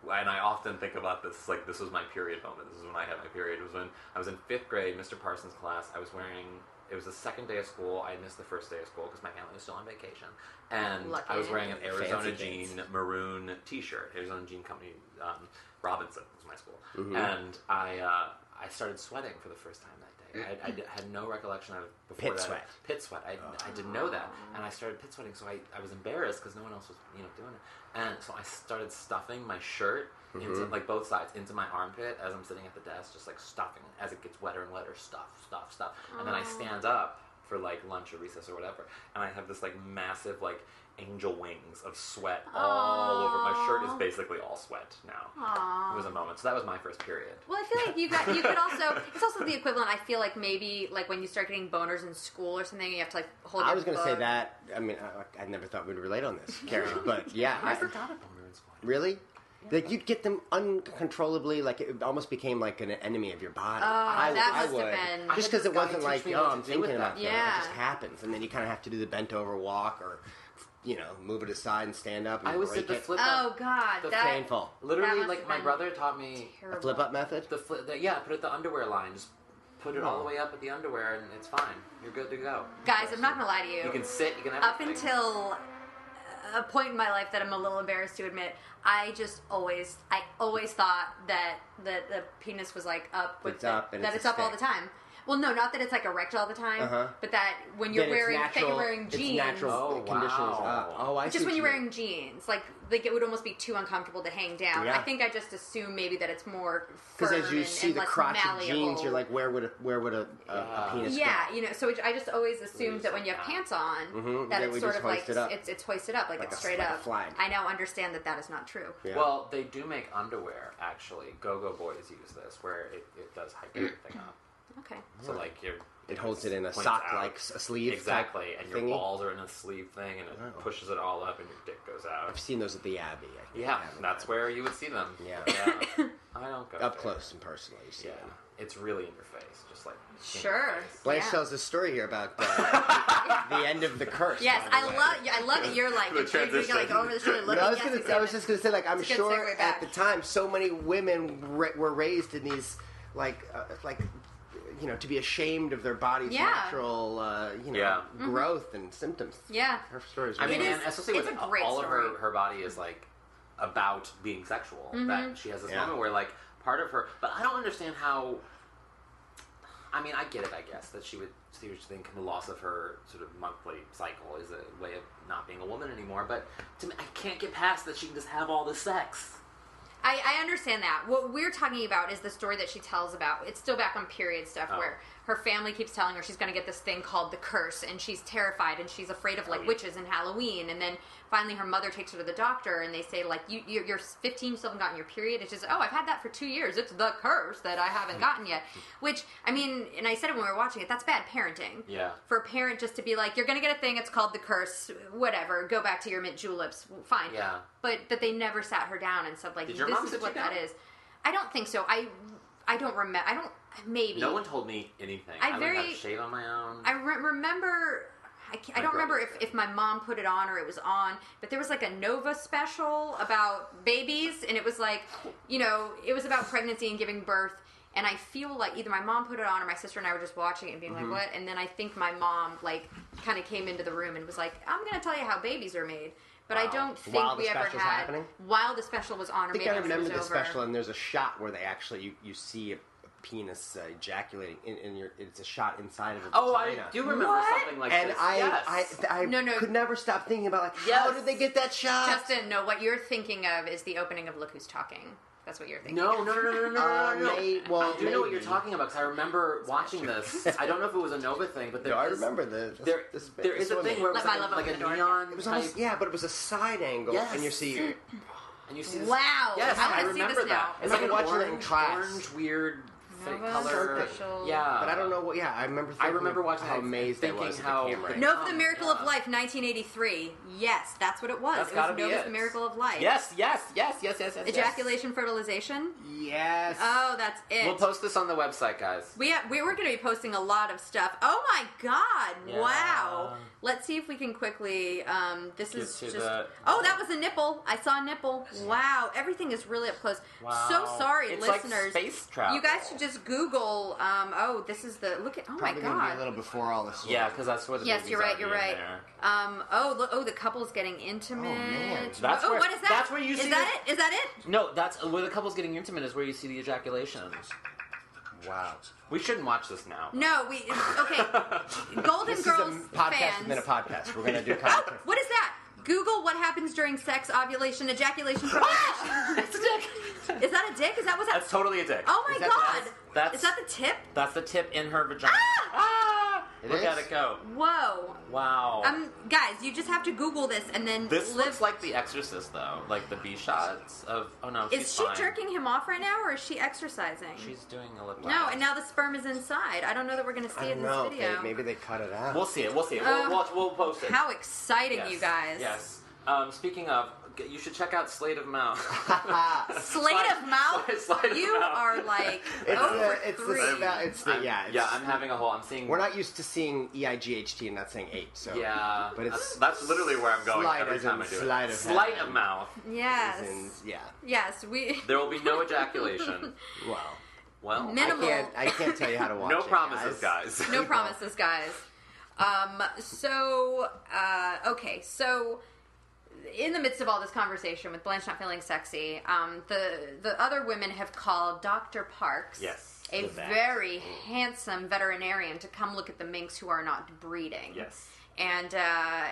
Speaker 3: and I often think about this, like this was my period moment. This is when I had my period. Was when I was in fifth grade, Mr. Parsons' class. I was wearing. It was the second day of school. I had missed the first day of school because my family was still on vacation, and I was
Speaker 2: Lucky.
Speaker 3: wearing an Arizona
Speaker 4: Fancy
Speaker 3: jean
Speaker 4: kids.
Speaker 3: maroon T-shirt. Arizona Jean Company, um, Robinson was my school,
Speaker 4: Mm-hmm.
Speaker 3: and I uh, I started sweating for the first time that day. I, I d- had no recollection of before
Speaker 4: Pit
Speaker 3: that
Speaker 4: sweat.
Speaker 3: pit sweat. I, I didn't know that, and I started pit sweating, so I, I was embarrassed because no one else was you know doing it, and so I started stuffing my shirt into
Speaker 4: Mm-hmm.
Speaker 3: like both sides into my armpit as I'm sitting at the desk, just like stuffing it. as it gets wetter and wetter, stuff, stuff, stuff, and then I stand up for like lunch or recess or whatever, and I have this like massive like angel wings of sweat all over my shirt is
Speaker 2: Aw.
Speaker 3: basically all sweat now.
Speaker 2: Aw.
Speaker 3: It was a moment, so that was my first period.
Speaker 2: Well, I feel like you got you could also it's also the equivalent. I feel like maybe like when you start getting boners in school or something, you have to like hold.
Speaker 4: I
Speaker 2: your
Speaker 4: was going to say
Speaker 2: book.
Speaker 4: that. I mean, I, I never thought we'd relate on this, Carrie. But yeah,
Speaker 3: I
Speaker 4: I-
Speaker 3: forgot about Maroon Squad.
Speaker 4: really, like you'd get them uncontrollably. Like it almost became like an enemy of your body.
Speaker 2: Oh, that must have been-
Speaker 4: just
Speaker 3: I had
Speaker 4: because it
Speaker 3: this guy
Speaker 4: wasn't
Speaker 3: teach
Speaker 4: like
Speaker 3: me
Speaker 4: oh,
Speaker 3: what
Speaker 4: I'm
Speaker 3: to do with
Speaker 4: thinking
Speaker 3: that.
Speaker 4: about that.
Speaker 2: Yeah.
Speaker 4: It just happens, and then you kind of have to do the bent over walk or you know move it aside and stand up. And
Speaker 3: I always
Speaker 4: break
Speaker 3: did the
Speaker 4: it.
Speaker 3: flip
Speaker 2: Oh
Speaker 3: up.
Speaker 2: God,
Speaker 3: The
Speaker 2: that
Speaker 4: painful.
Speaker 2: That
Speaker 3: Literally,
Speaker 2: must
Speaker 3: like
Speaker 2: have
Speaker 3: my
Speaker 2: been
Speaker 3: brother taught me
Speaker 4: The
Speaker 2: terrible.
Speaker 4: flip up method.
Speaker 3: the flip. The, yeah, put it at the underwear line. Just put it all
Speaker 4: Hmm.
Speaker 3: the way up at the underwear, and it's fine. You're good to go.
Speaker 2: Guys, I'm not gonna lie to you.
Speaker 3: You can sit. You can have
Speaker 2: Up until uh, a point in my life that I'm a little embarrassed to admit, I just always, I always thought that the, the penis was like up with
Speaker 4: It's
Speaker 2: the-
Speaker 4: up and
Speaker 2: that
Speaker 4: it's
Speaker 2: it's,
Speaker 4: a
Speaker 2: up all the
Speaker 4: stick.
Speaker 2: time. Well, no, not that it's like erect all the time,
Speaker 4: Uh-huh.
Speaker 2: but that when you're
Speaker 4: Then
Speaker 2: wearing
Speaker 4: it's natural,
Speaker 2: that you're wearing jeans,
Speaker 4: It's natural
Speaker 3: Oh,
Speaker 4: conditions.
Speaker 3: wow.
Speaker 4: Uh, oh, I see
Speaker 2: just
Speaker 4: what
Speaker 2: when
Speaker 4: you
Speaker 2: you're
Speaker 4: mean.
Speaker 2: wearing jeans, like like it would almost be too uncomfortable to hang down.
Speaker 4: Yeah.
Speaker 2: I think I just assume maybe that it's more
Speaker 4: Because
Speaker 2: because
Speaker 4: as you
Speaker 2: and,
Speaker 4: see
Speaker 2: and
Speaker 4: the
Speaker 2: less
Speaker 4: crotch of
Speaker 2: malleable.
Speaker 4: jeans, you're like, where would a, where would a, a, a
Speaker 3: Yeah.
Speaker 4: penis?
Speaker 2: yeah, you know. So it, I just always assumed that when you have pants on, that
Speaker 4: that Mm-hmm.
Speaker 2: it's
Speaker 4: we
Speaker 2: sort
Speaker 4: just
Speaker 2: of like
Speaker 4: hoist it up.
Speaker 2: it's it's hoisted up, like,
Speaker 4: Like
Speaker 2: it's
Speaker 4: a-
Speaker 2: straight
Speaker 4: like a
Speaker 2: up.
Speaker 4: flag.
Speaker 2: I now understand that that is not true.
Speaker 4: Go? Yeah.
Speaker 3: Well, they do make underwear actually. Go Go Boys use this, where it, it does hike everything up.
Speaker 2: Okay.
Speaker 3: So like you're,
Speaker 4: it holds it in a
Speaker 3: points
Speaker 4: sock
Speaker 3: out.
Speaker 4: like s- a sleeve.
Speaker 3: exactly,
Speaker 4: type
Speaker 3: and your
Speaker 4: thingy.
Speaker 3: balls are in a sleeve thing, and it pushes it all up, and your dick goes out.
Speaker 4: I've seen those at the Abbey. I think.
Speaker 3: Yeah,
Speaker 4: Abbey.
Speaker 3: that's where you would see them.
Speaker 4: Yeah.
Speaker 3: I don't go
Speaker 4: up
Speaker 3: there.
Speaker 4: close and personal. You see
Speaker 3: Yeah,
Speaker 4: them.
Speaker 3: it's really in your face, just like in your
Speaker 2: Sure.
Speaker 3: face.
Speaker 4: Blanche
Speaker 2: yeah.
Speaker 4: tells a story here about uh, the end of the curse.
Speaker 2: Yes,
Speaker 4: by the
Speaker 2: I
Speaker 4: way.
Speaker 2: love. I love that you're like
Speaker 3: The
Speaker 2: intrigued, you're, like
Speaker 3: transition.
Speaker 2: over the shoulder
Speaker 4: No,
Speaker 2: looking.
Speaker 4: I was,
Speaker 2: yes,
Speaker 4: gonna, I
Speaker 2: examine.
Speaker 4: was just going to say, like, I'm
Speaker 2: It's a good
Speaker 4: sure
Speaker 2: segue
Speaker 4: at
Speaker 2: back.
Speaker 4: the time, so many women re- were raised in these, like, uh, like, you know, to be ashamed of their body's
Speaker 2: Yeah. Mm-hmm.
Speaker 4: natural, uh, you know,
Speaker 3: Yeah.
Speaker 4: growth and symptoms.
Speaker 2: Yeah.
Speaker 4: her story is.
Speaker 3: I mean,
Speaker 2: It is-
Speaker 3: and especially
Speaker 2: it's
Speaker 3: with
Speaker 2: a great
Speaker 3: all of her,
Speaker 2: story.
Speaker 3: her body is like about being sexual.
Speaker 2: Mm-hmm.
Speaker 3: That she has this
Speaker 4: Yeah.
Speaker 3: moment where like part of her, but I don't understand how. I mean, I get it. I guess that she would she would think the loss of her sort of monthly cycle is a way of not being a woman anymore. But to me, I can't get past that she can just have all the sex.
Speaker 2: I, I understand that. What we're talking about is the story that she tells about. It's still back on period stuff
Speaker 3: Oh.
Speaker 2: where her family keeps telling her she's going to get this thing called the curse, and she's terrified and she's afraid of like
Speaker 3: Oh, yeah.
Speaker 2: witches and Halloween. And then finally, her mother takes her to the doctor, and they say like you you're, you're 15, you still haven't gotten your period. It's just oh, I've had that for two years. It's the curse that I
Speaker 3: Hmm.
Speaker 2: haven't gotten yet. Which I mean, and I said it when we were watching it. That's bad parenting.
Speaker 3: Yeah.
Speaker 2: For a parent just to be like, you're going to get a thing. It's called the curse. Whatever. Go back to your mint juleps. Fine.
Speaker 3: Yeah.
Speaker 2: But that they never sat her down and said like
Speaker 3: Did your
Speaker 2: this
Speaker 3: mom sit
Speaker 2: is
Speaker 3: you
Speaker 2: what
Speaker 3: down?
Speaker 2: that is. I don't think so. I I don't remember. I don't maybe.
Speaker 3: No one told me anything.
Speaker 2: I
Speaker 3: I, would
Speaker 2: very-
Speaker 3: have to shave on my own.
Speaker 2: I re- remember. I, can't, I don't
Speaker 3: brother
Speaker 2: remember if,
Speaker 3: did.
Speaker 2: if my mom put it on or it was on, but there was like a Nova special about babies, and it was like, you know, it was about pregnancy and giving birth, And I feel like either my mom put it on or my sister and I were just watching it and being
Speaker 4: Mm-hmm.
Speaker 2: like, what? And then I think my mom, like, kind of came into the room and was like, I'm going to tell you how babies are made. But I
Speaker 3: Wow.
Speaker 2: don't think
Speaker 4: While the
Speaker 2: we ever
Speaker 4: special's
Speaker 2: had.
Speaker 4: happening?
Speaker 2: While the special was on or
Speaker 4: I think
Speaker 2: maybe
Speaker 4: I
Speaker 2: after it
Speaker 4: remember
Speaker 2: was
Speaker 4: the
Speaker 2: over.
Speaker 4: special, and there's a shot where they actually you, you see a, a penis uh, ejaculating, and, and you're, it's a shot inside of a
Speaker 3: Oh, I
Speaker 4: vagina.
Speaker 3: do remember
Speaker 2: What?
Speaker 3: something like
Speaker 4: And
Speaker 3: this.
Speaker 4: I,
Speaker 3: yes.
Speaker 4: I, I
Speaker 2: No, no.
Speaker 4: could never stop thinking about like, how
Speaker 3: Yes.
Speaker 4: did they get that
Speaker 3: Uh,
Speaker 4: shot?
Speaker 2: Justin, no, what you're thinking of is the opening of Look Who's Talking. That's what you're thinking.
Speaker 3: no, no, no, no, no, no,
Speaker 4: Uh,
Speaker 3: no, no.
Speaker 4: may- well,
Speaker 3: I do know what
Speaker 4: maybe.
Speaker 3: you're talking about because I remember watching this. I don't know if it was a Nova thing, but there
Speaker 4: No, I
Speaker 3: is-
Speaker 4: remember the- this-
Speaker 3: There,
Speaker 4: this bit,
Speaker 3: there
Speaker 4: this
Speaker 3: is a
Speaker 4: woman.
Speaker 3: thing where it was
Speaker 2: Let my
Speaker 3: like, a-
Speaker 2: love
Speaker 3: like
Speaker 2: open
Speaker 3: a
Speaker 2: the door.
Speaker 3: neon
Speaker 4: It was
Speaker 3: type-
Speaker 4: almost yeah, but it was a side angle,
Speaker 3: Yes.
Speaker 4: and you see
Speaker 3: and you see this.
Speaker 2: Wow.
Speaker 3: Yes,
Speaker 2: I wanna see
Speaker 3: remember
Speaker 2: this
Speaker 3: that.
Speaker 2: now.
Speaker 3: It's
Speaker 4: I
Speaker 3: like an
Speaker 4: watched it in
Speaker 3: orange,
Speaker 4: class.
Speaker 3: orange, weird fake
Speaker 2: Nova
Speaker 3: color.
Speaker 2: special.
Speaker 3: Yeah,
Speaker 4: But I don't know what. Yeah, I remember. Thinking
Speaker 3: I remember watching
Speaker 4: how
Speaker 3: that,
Speaker 4: amazed I
Speaker 3: thinking
Speaker 4: was.
Speaker 3: how-
Speaker 4: at the camera.
Speaker 2: Nova the
Speaker 3: Um,
Speaker 2: Miracle of
Speaker 3: yeah.
Speaker 2: Life, 1983. Yes, that's what it was.
Speaker 3: That's
Speaker 2: it
Speaker 3: gotta
Speaker 2: was
Speaker 3: be
Speaker 2: Nova's
Speaker 3: it.
Speaker 2: the Miracle of Life.
Speaker 3: Yes, yes, yes, yes, yes, yes.
Speaker 2: Ejaculation fertilization.
Speaker 4: Yes.
Speaker 2: Oh, that's it.
Speaker 3: Yes. We'll post this on the website, guys.
Speaker 2: we have, we- we're going to be posting a lot of stuff. Oh my god!
Speaker 3: Yeah.
Speaker 2: Wow. Let's see if we can quickly. Um, this
Speaker 3: Get
Speaker 2: is
Speaker 3: to
Speaker 2: just.
Speaker 3: the-
Speaker 2: Oh, that was a nipple. I saw a nipple. Wow. Everything is really up close.
Speaker 3: Wow.
Speaker 2: So sorry,
Speaker 3: It's like
Speaker 2: listeners.
Speaker 3: space travel.
Speaker 2: You guys should just Google. Um, oh, this is the look at. Oh
Speaker 4: Probably
Speaker 2: my
Speaker 4: gonna
Speaker 2: god.
Speaker 4: be a little before all this.
Speaker 3: Yeah, because that's where the
Speaker 2: Yes,
Speaker 3: babies
Speaker 2: you're right.
Speaker 3: are
Speaker 2: You're
Speaker 3: in
Speaker 2: right.
Speaker 3: there.
Speaker 2: Um. Oh. Look, oh, the couple's getting intimate.
Speaker 4: man.
Speaker 3: That's
Speaker 2: oh,
Speaker 3: where-
Speaker 2: what is that?
Speaker 3: that's where you
Speaker 2: is
Speaker 3: see
Speaker 2: that it? Is that it?
Speaker 3: No, that's where the couple's getting intimate is where you see the ejaculations.
Speaker 4: Wow.
Speaker 3: We shouldn't watch this now.
Speaker 2: No. We. Okay. Golden
Speaker 4: This
Speaker 2: Girls
Speaker 4: is a podcast
Speaker 2: fans.
Speaker 4: and then a podcast. We're gonna do
Speaker 2: oh,
Speaker 4: commentary.
Speaker 2: what is that? Google what happens during sex, ovulation, ejaculation, fertilization. is that a dick? Is that was that?
Speaker 3: That's totally a dick.
Speaker 2: oh my
Speaker 4: is that-
Speaker 2: god!
Speaker 3: that's-
Speaker 2: is that the tip?
Speaker 3: That's the tip in her vagina.
Speaker 2: Ah!
Speaker 3: Look
Speaker 4: It
Speaker 3: at
Speaker 4: is?
Speaker 3: it go.
Speaker 2: Whoa.
Speaker 3: Wow.
Speaker 2: Um, guys, you just have to Google this and then
Speaker 3: this
Speaker 2: live.
Speaker 3: looks like The Exorcist, though. Like the B shots of. Oh no, she's
Speaker 2: is she
Speaker 3: fine.
Speaker 2: jerking him off right now, or is she exercising?
Speaker 3: She's doing a lip.
Speaker 2: No, and now the sperm is inside. I don't know that we're going to Oh, see
Speaker 4: I
Speaker 2: it in
Speaker 4: don't
Speaker 2: this
Speaker 4: know. if
Speaker 2: video.
Speaker 4: They, maybe they cut it out.
Speaker 3: we'll see it. We'll see it.
Speaker 2: Uh,
Speaker 3: we'll, we'll, we'll post it.
Speaker 2: How exciting,
Speaker 3: Yes,
Speaker 2: you guys!
Speaker 3: Yes. Um, speaking of, g- you should check out Slate of Mouth.
Speaker 2: Slate of mouth.
Speaker 3: Slate- Slate of
Speaker 2: you
Speaker 3: Mouth.
Speaker 2: are like
Speaker 4: It's,
Speaker 2: oh
Speaker 4: the,
Speaker 2: for
Speaker 4: it's, the,
Speaker 2: three.
Speaker 4: sna- it's the
Speaker 3: I'm-
Speaker 4: yeah. It's,
Speaker 3: yeah, I'm having a whole. I'm seeing.
Speaker 4: we're not used to seeing E I G H T and not saying eight. So
Speaker 3: Yeah,
Speaker 4: But it's
Speaker 3: that's literally where I'm going
Speaker 4: slight
Speaker 3: every
Speaker 4: as in
Speaker 3: time I do
Speaker 4: sleight
Speaker 3: it.
Speaker 4: of
Speaker 3: Slight
Speaker 4: hand.
Speaker 3: of mouth.
Speaker 2: yes,
Speaker 4: and- yeah.
Speaker 2: yes. We
Speaker 3: There will be no ejaculation.
Speaker 4: Well,
Speaker 3: Well,
Speaker 4: I
Speaker 2: Minimal.
Speaker 4: can't. I can't tell you how to watch.
Speaker 3: no
Speaker 4: it,
Speaker 3: promises, guys.
Speaker 2: no promises, guys. Um. So, uh, okay. So, in the midst of all this conversation with Blanche not feeling sexy, um, the the other women have called Doctor Parks.
Speaker 3: Yes,
Speaker 2: A
Speaker 3: the vet.
Speaker 2: very handsome veterinarian to come look at the minks who are not breeding.
Speaker 3: Yes.
Speaker 2: and uh,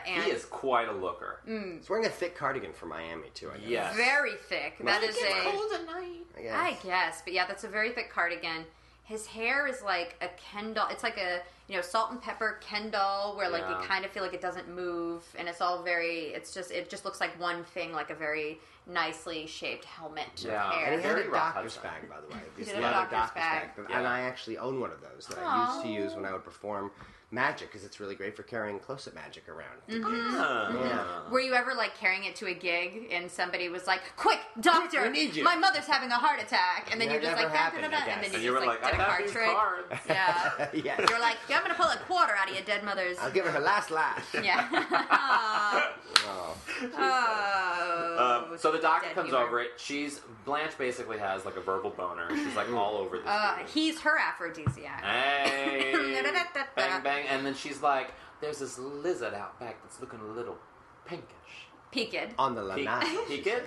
Speaker 2: and
Speaker 3: He is quite a looker.
Speaker 4: He's wearing a thick cardigan for Miami too. I guess.
Speaker 3: Yes.
Speaker 2: very thick. That is a.
Speaker 3: at night.
Speaker 4: I guess.
Speaker 2: I guess, but yeah, that's a very thick cardigan. His hair is like a Ken doll. It's like a you know salt and pepper Ken doll, where like
Speaker 3: Yeah.
Speaker 2: you kind of feel like it doesn't move, and it's all very. It's just it just looks like one thing, like a very nicely shaped helmet. of
Speaker 3: Yeah.
Speaker 2: hair.
Speaker 4: And he had
Speaker 3: Very
Speaker 4: a
Speaker 3: rough
Speaker 4: doctor's
Speaker 3: husband.
Speaker 4: bag, by the way. This
Speaker 2: did have a
Speaker 4: leather
Speaker 2: doctor's bag.
Speaker 4: but-
Speaker 3: Yeah.
Speaker 4: And I actually own one of those that I used to use when I would perform magic because it's really great for carrying close-up magic around.
Speaker 2: Mm-hmm.
Speaker 3: Mm-hmm.
Speaker 2: Ah.
Speaker 4: Yeah.
Speaker 2: Were you ever like carrying it to a gig and somebody was like, "Quick, doctor,
Speaker 4: We need you."
Speaker 2: my mother's having a heart attack," and then
Speaker 4: That
Speaker 2: you're just
Speaker 4: never
Speaker 2: like, "Da, da, da,
Speaker 4: happened,
Speaker 2: da,"
Speaker 4: I
Speaker 2: and
Speaker 4: guess.
Speaker 2: then
Speaker 3: And
Speaker 2: you
Speaker 3: you were
Speaker 2: just like,
Speaker 3: like, I
Speaker 2: did a
Speaker 3: have
Speaker 2: card
Speaker 3: these
Speaker 2: trick.
Speaker 3: cards. Uh,
Speaker 2: Yeah,
Speaker 4: yes.
Speaker 2: you're like, "Yeah, I'm gonna pull a quarter out of your dead mother's."
Speaker 4: I'll give her her last laugh.
Speaker 2: Yeah.
Speaker 4: Oh.
Speaker 2: Oh.
Speaker 3: Um, so the doctor
Speaker 2: Dead
Speaker 3: comes
Speaker 2: humor.
Speaker 3: over it. She's Blanche. Basically, has like a verbal boner. She's like all over this.
Speaker 2: Uh,
Speaker 3: dude.
Speaker 2: he's her aphrodisiac.
Speaker 3: Hey,
Speaker 2: Da-da-da-da-da.
Speaker 3: bang bang, and then she's like, "There's this lizard out back that's looking a little pinkish."
Speaker 2: Peaked. Peaked.
Speaker 3: Oh.
Speaker 4: On the
Speaker 3: Pe-
Speaker 4: lanai.
Speaker 3: Peaked.
Speaker 2: Yeah,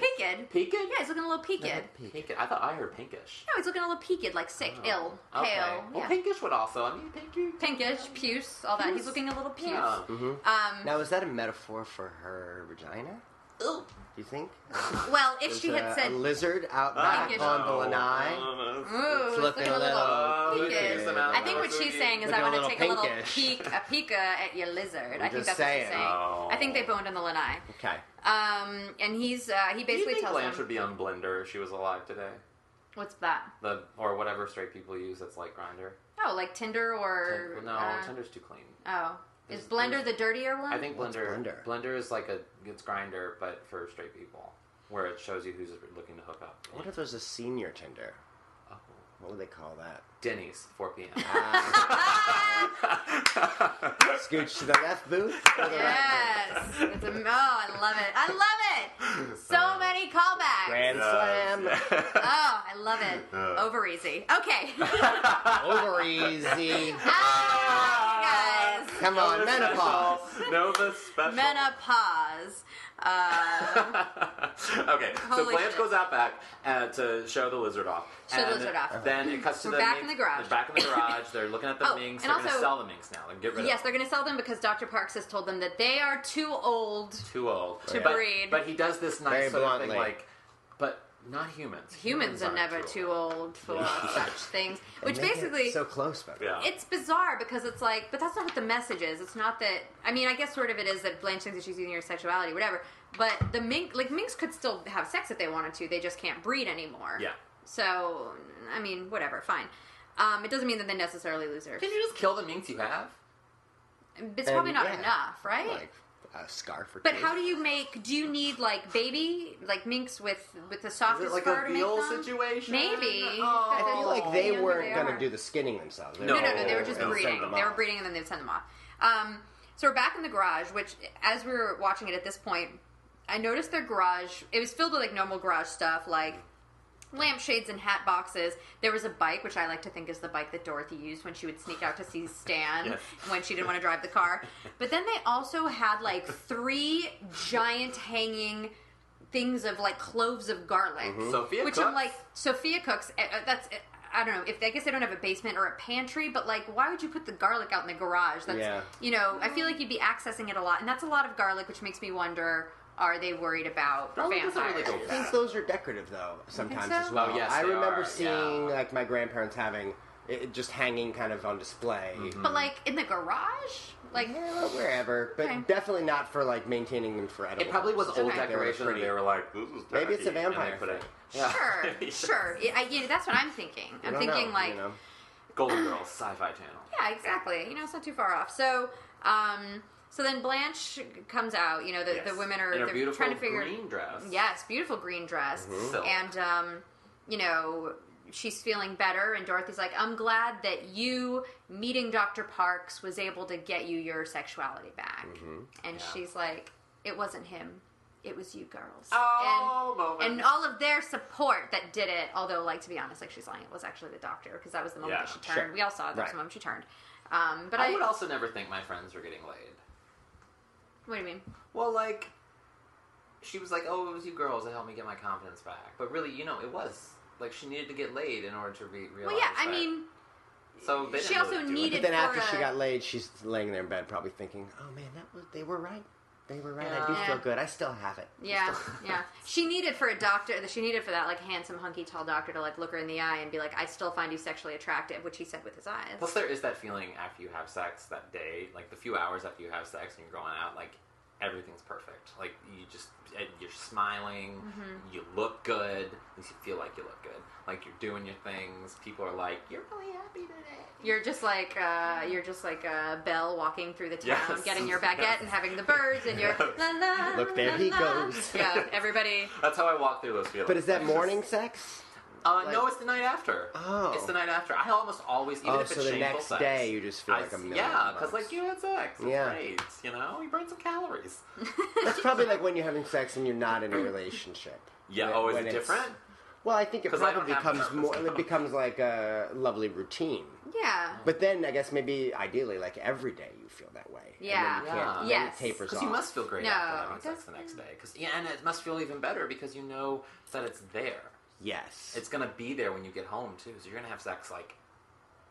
Speaker 3: Peaked.
Speaker 2: he's looking a little peaked. No,
Speaker 3: Peaked. I thought I heard pinkish.
Speaker 2: he's looking a little peaked, like sick, ill,
Speaker 3: Oh, Okay.
Speaker 2: pale.
Speaker 3: Well,
Speaker 2: yeah.
Speaker 3: pinkish would also. I mean, pinky. Oh.
Speaker 2: Pinkish, puce, all that. He's looking a little puce.
Speaker 3: Yeah.
Speaker 2: Um,
Speaker 4: Mm-hmm. Now, is that a metaphor for her vagina? Do you think?
Speaker 2: well, if
Speaker 4: There's
Speaker 2: she
Speaker 4: a,
Speaker 2: had said, Oh.
Speaker 4: a lizard out back
Speaker 2: Pinkish. Mm.
Speaker 4: on the
Speaker 3: Oh,
Speaker 4: lanai.
Speaker 2: ooh, he's looking a little. Peaked.
Speaker 4: Uh,
Speaker 2: I think what she's saying is,
Speaker 4: Looking
Speaker 2: I
Speaker 4: a
Speaker 2: want to
Speaker 4: little
Speaker 2: take a little
Speaker 4: pinkish.
Speaker 2: peek, a peek uh, at your lizard. I think
Speaker 4: just
Speaker 2: that's what she's
Speaker 4: saying.
Speaker 2: saying.
Speaker 3: Oh.
Speaker 2: I think they boned on the lanai.
Speaker 4: Okay.
Speaker 2: Um, and he's uh, he
Speaker 3: Do you
Speaker 2: basically
Speaker 3: think
Speaker 2: tells
Speaker 3: Blanche
Speaker 2: him,
Speaker 3: would be on Blender if she was alive today?
Speaker 2: "What's that?
Speaker 3: The or whatever straight people use that's like grinder.
Speaker 2: Oh, like Tinder or
Speaker 3: no,
Speaker 2: uh, um,
Speaker 3: Tinder's too clean.
Speaker 2: Oh, is
Speaker 3: There's-
Speaker 2: Blender
Speaker 3: there's-
Speaker 2: the dirtier one?
Speaker 3: I think
Speaker 4: What's
Speaker 3: Blender,
Speaker 4: Blender?
Speaker 3: Blender is like a it's grinder but for straight people, where it shows you who's looking to hook up.
Speaker 4: What if there's a senior Tinder?
Speaker 3: Oh.
Speaker 4: What would they call that?
Speaker 3: Denny's 4 p.m.
Speaker 4: Ah. Scooch to the left booth. or the right booth?
Speaker 2: yes, it's a, oh, I love it. I love it. So many callbacks.
Speaker 4: Grand slam.
Speaker 3: Yes,
Speaker 2: Oh, I love it. Over easy. Okay.
Speaker 4: Over easy.
Speaker 2: Ah, you guys.
Speaker 4: Come on, menopause.
Speaker 3: Special. Nova special.
Speaker 2: Menopause. Uh,
Speaker 3: okay, so
Speaker 2: Holy
Speaker 3: Blanche
Speaker 2: shit.
Speaker 3: goes out back uh, to show the lizard off.
Speaker 2: Show the
Speaker 3: and
Speaker 2: lizard off.
Speaker 3: Then it cuts to
Speaker 2: We're
Speaker 3: the
Speaker 2: back
Speaker 3: minx-
Speaker 2: in the garage.
Speaker 3: They're back in the garage. They're looking at the
Speaker 2: Oh,
Speaker 3: minx.
Speaker 2: and
Speaker 3: They're going
Speaker 2: also-
Speaker 3: to sell the minx now and get rid
Speaker 2: yes,
Speaker 3: of them.
Speaker 2: they're going to sell them because Dr. Parks has told them that they are too old.
Speaker 3: Too old
Speaker 2: to
Speaker 3: but,
Speaker 2: breed.
Speaker 3: But he does this
Speaker 4: Very
Speaker 3: nice sort of thing
Speaker 4: bluntly.
Speaker 3: like, but not humans.
Speaker 2: Humans are
Speaker 3: aren't
Speaker 2: never too old for such things. Which
Speaker 4: Make it
Speaker 2: basically.
Speaker 4: so close, but
Speaker 3: Yeah.
Speaker 2: it's bizarre because it's like, but that's not what the message is. It's not that. I mean, I guess sort of it is that Blanche thinks that she's using her sexuality, whatever. But the mink, like minks, could still have sex if they wanted to. They just can't breed anymore.
Speaker 3: Yeah.
Speaker 2: So, I mean, whatever, fine. Um, it doesn't mean that they necessarily lose their.
Speaker 3: Can you just kill the minx you have?
Speaker 2: It's probably
Speaker 4: And,
Speaker 2: not
Speaker 4: yeah,
Speaker 2: enough, right?
Speaker 4: like a scarf or.
Speaker 2: but
Speaker 4: two.
Speaker 2: how do you make? Do you need like baby like minks with with the softest
Speaker 3: Is it like
Speaker 2: fur
Speaker 3: a
Speaker 2: to make
Speaker 3: veal
Speaker 2: them?
Speaker 3: situation?
Speaker 2: Maybe.
Speaker 3: Oh.
Speaker 2: But
Speaker 4: I feel
Speaker 2: Oh,
Speaker 4: like they
Speaker 2: yeah, they
Speaker 4: weren't going
Speaker 2: are.
Speaker 4: to do the skinning themselves.
Speaker 3: No.
Speaker 2: No, no, no. They were
Speaker 3: Oh,
Speaker 2: just
Speaker 3: they'll
Speaker 2: breeding.
Speaker 3: send them
Speaker 2: They were
Speaker 3: off.
Speaker 2: breeding, and then they'd send them off. Um, so we're back in the garage, which, as we were watching it at this point, I noticed their garage. It was filled with like normal garage stuff, like lampshades and hat boxes. There was a bike, which I like to think is the bike that Dorothy used when she would sneak out to see Stan
Speaker 3: Yes.
Speaker 2: when she didn't want to drive the car. But then they also had like three giant hanging things of like cloves of garlic.
Speaker 3: Sophia
Speaker 2: which
Speaker 3: cooks?
Speaker 2: I'm like Sophia cooks. uh, uh, That's uh, I don't know if I guess they don't have a basement or a pantry, but like why would you put the garlic out in the garage? That's
Speaker 4: Yeah.
Speaker 2: you know I feel like you'd be accessing it a lot, and that's a lot of garlic, which makes me wonder. Are they worried about
Speaker 3: Garlic doesn't really
Speaker 2: vampires?
Speaker 3: go
Speaker 4: I
Speaker 3: bad.
Speaker 4: think those are decorative though. Sometimes
Speaker 2: so?
Speaker 4: as well.
Speaker 3: Oh, yes,
Speaker 4: I
Speaker 3: they
Speaker 4: remember
Speaker 3: are,
Speaker 4: seeing
Speaker 3: yeah.
Speaker 4: like my grandparents having it it just hanging kind of on display.
Speaker 2: But like in the garage, like
Speaker 4: Yeah, wherever, but
Speaker 2: Okay.
Speaker 4: definitely not for like maintaining them for edible.
Speaker 3: It probably was
Speaker 4: purposes.
Speaker 3: old
Speaker 2: Okay.
Speaker 4: They were
Speaker 3: decoration. and
Speaker 4: pretty-
Speaker 3: They were like, this is
Speaker 4: Maybe it's a
Speaker 3: tacky, and they
Speaker 4: vampire
Speaker 3: put it-
Speaker 4: thing.
Speaker 3: Yeah.
Speaker 2: sure,
Speaker 3: Yes.
Speaker 2: sure. Yeah, I, yeah, that's what I'm thinking. I'm
Speaker 4: I don't
Speaker 2: thinking
Speaker 4: know,
Speaker 2: like
Speaker 4: you know?
Speaker 3: Golden Girls, Sci-Fi Channel.
Speaker 2: Yeah, exactly. You know, it's not too far off. So, um, so then Blanche comes out. You know, the, the
Speaker 3: Yes.
Speaker 2: women are
Speaker 3: In a
Speaker 2: they're
Speaker 3: beautiful
Speaker 2: trying to figure.
Speaker 3: green dress.
Speaker 2: Yes, beautiful green dress,
Speaker 4: Mm-hmm.
Speaker 3: Silk.
Speaker 2: and um, you know. She's feeling better, and Dorothy's like, "I'm glad that you meeting Dr. Parks was able to get you your sexuality back."
Speaker 4: Mm-hmm.
Speaker 2: And
Speaker 3: Yeah.
Speaker 2: she's like, "It wasn't him, it was you girls." And-
Speaker 3: Oh, moment.
Speaker 2: and all of their support that did it. Although, like to be honest, like she's lying, it was actually the doctor because that was the moment
Speaker 3: Yeah,
Speaker 2: that she
Speaker 4: sure.
Speaker 2: turned. We all saw that was
Speaker 4: Right.
Speaker 2: the moment she turned. Um, but I,
Speaker 3: I would also never think my friends were getting laid.
Speaker 2: what do you mean?
Speaker 3: Well, like, she was like, "Oh, it was you girls that helped me get my confidence back," but really, you know, it was like she needed to get laid in order to re- realize.
Speaker 2: Well, yeah, I
Speaker 3: that.
Speaker 2: mean,
Speaker 3: so they didn't
Speaker 2: she also
Speaker 3: really do
Speaker 2: needed-
Speaker 3: it.
Speaker 4: But then after
Speaker 2: for
Speaker 4: she
Speaker 2: a-
Speaker 4: got laid, she's laying there in bed, probably thinking, "Oh man, that was they were right. They were right. I do
Speaker 2: Yeah.
Speaker 4: feel good. I still have it."
Speaker 2: yeah, yeah. She needed for a doctor. She needed for that like handsome, hunky, tall doctor to like look her in the eye and be like, "I still find you sexually attractive," which he said with his eyes.
Speaker 3: Plus, there is that feeling after you have sex that day, like the few hours after you have sex and you're going out, like everything's perfect. Like you just and you're smiling, you look good, at least you feel like you look good. Like you're doing your things. People are like, "You're really happy today."
Speaker 2: You're just like uh, you're just like uh, Belle walking through the town,
Speaker 3: Yes.
Speaker 2: getting your baguette and having the birds, and you're
Speaker 3: Yes.
Speaker 2: la la.
Speaker 4: Look, there
Speaker 2: la,
Speaker 4: he
Speaker 2: la.
Speaker 4: goes.
Speaker 2: Yeah, everybody.
Speaker 3: That's how I walk through those feelings.
Speaker 4: But is that
Speaker 3: It's just-
Speaker 4: morning sex?
Speaker 3: Uh,
Speaker 4: Like-
Speaker 3: no, it's the night after.
Speaker 4: Oh.
Speaker 3: It's the night after. I almost always, even
Speaker 4: Oh,
Speaker 3: if it's
Speaker 4: so the
Speaker 3: shameful
Speaker 4: next
Speaker 3: sex,
Speaker 4: day you just feel
Speaker 3: I
Speaker 4: like a
Speaker 3: s-
Speaker 4: million
Speaker 3: Yeah, because
Speaker 4: bucks.
Speaker 3: like you had sex. It's
Speaker 4: Yeah.
Speaker 3: great. You know, you burn some calories.
Speaker 4: That's probably like when you're having sex and you're not in a relationship.
Speaker 3: Yeah.
Speaker 4: When-
Speaker 3: oh, is
Speaker 4: when
Speaker 3: it
Speaker 4: it's-
Speaker 3: different?
Speaker 4: Well, I think it
Speaker 3: 'Cause I
Speaker 4: probably
Speaker 3: don't have
Speaker 4: becomes more.
Speaker 3: those.
Speaker 4: It becomes like a lovely routine.
Speaker 2: Yeah.
Speaker 4: But then I guess maybe ideally, like every day, you feel that way. And then
Speaker 2: Yeah.
Speaker 4: you can't- then
Speaker 2: Yes.
Speaker 4: It tapers
Speaker 3: Because
Speaker 4: off.
Speaker 3: you must feel great
Speaker 2: No,
Speaker 3: after having
Speaker 2: it
Speaker 3: sex the next day. Because yeah, and it must feel even better because you know that it's there.
Speaker 4: yes.
Speaker 3: It's gonna be there when you get home too. So you're gonna have sex like,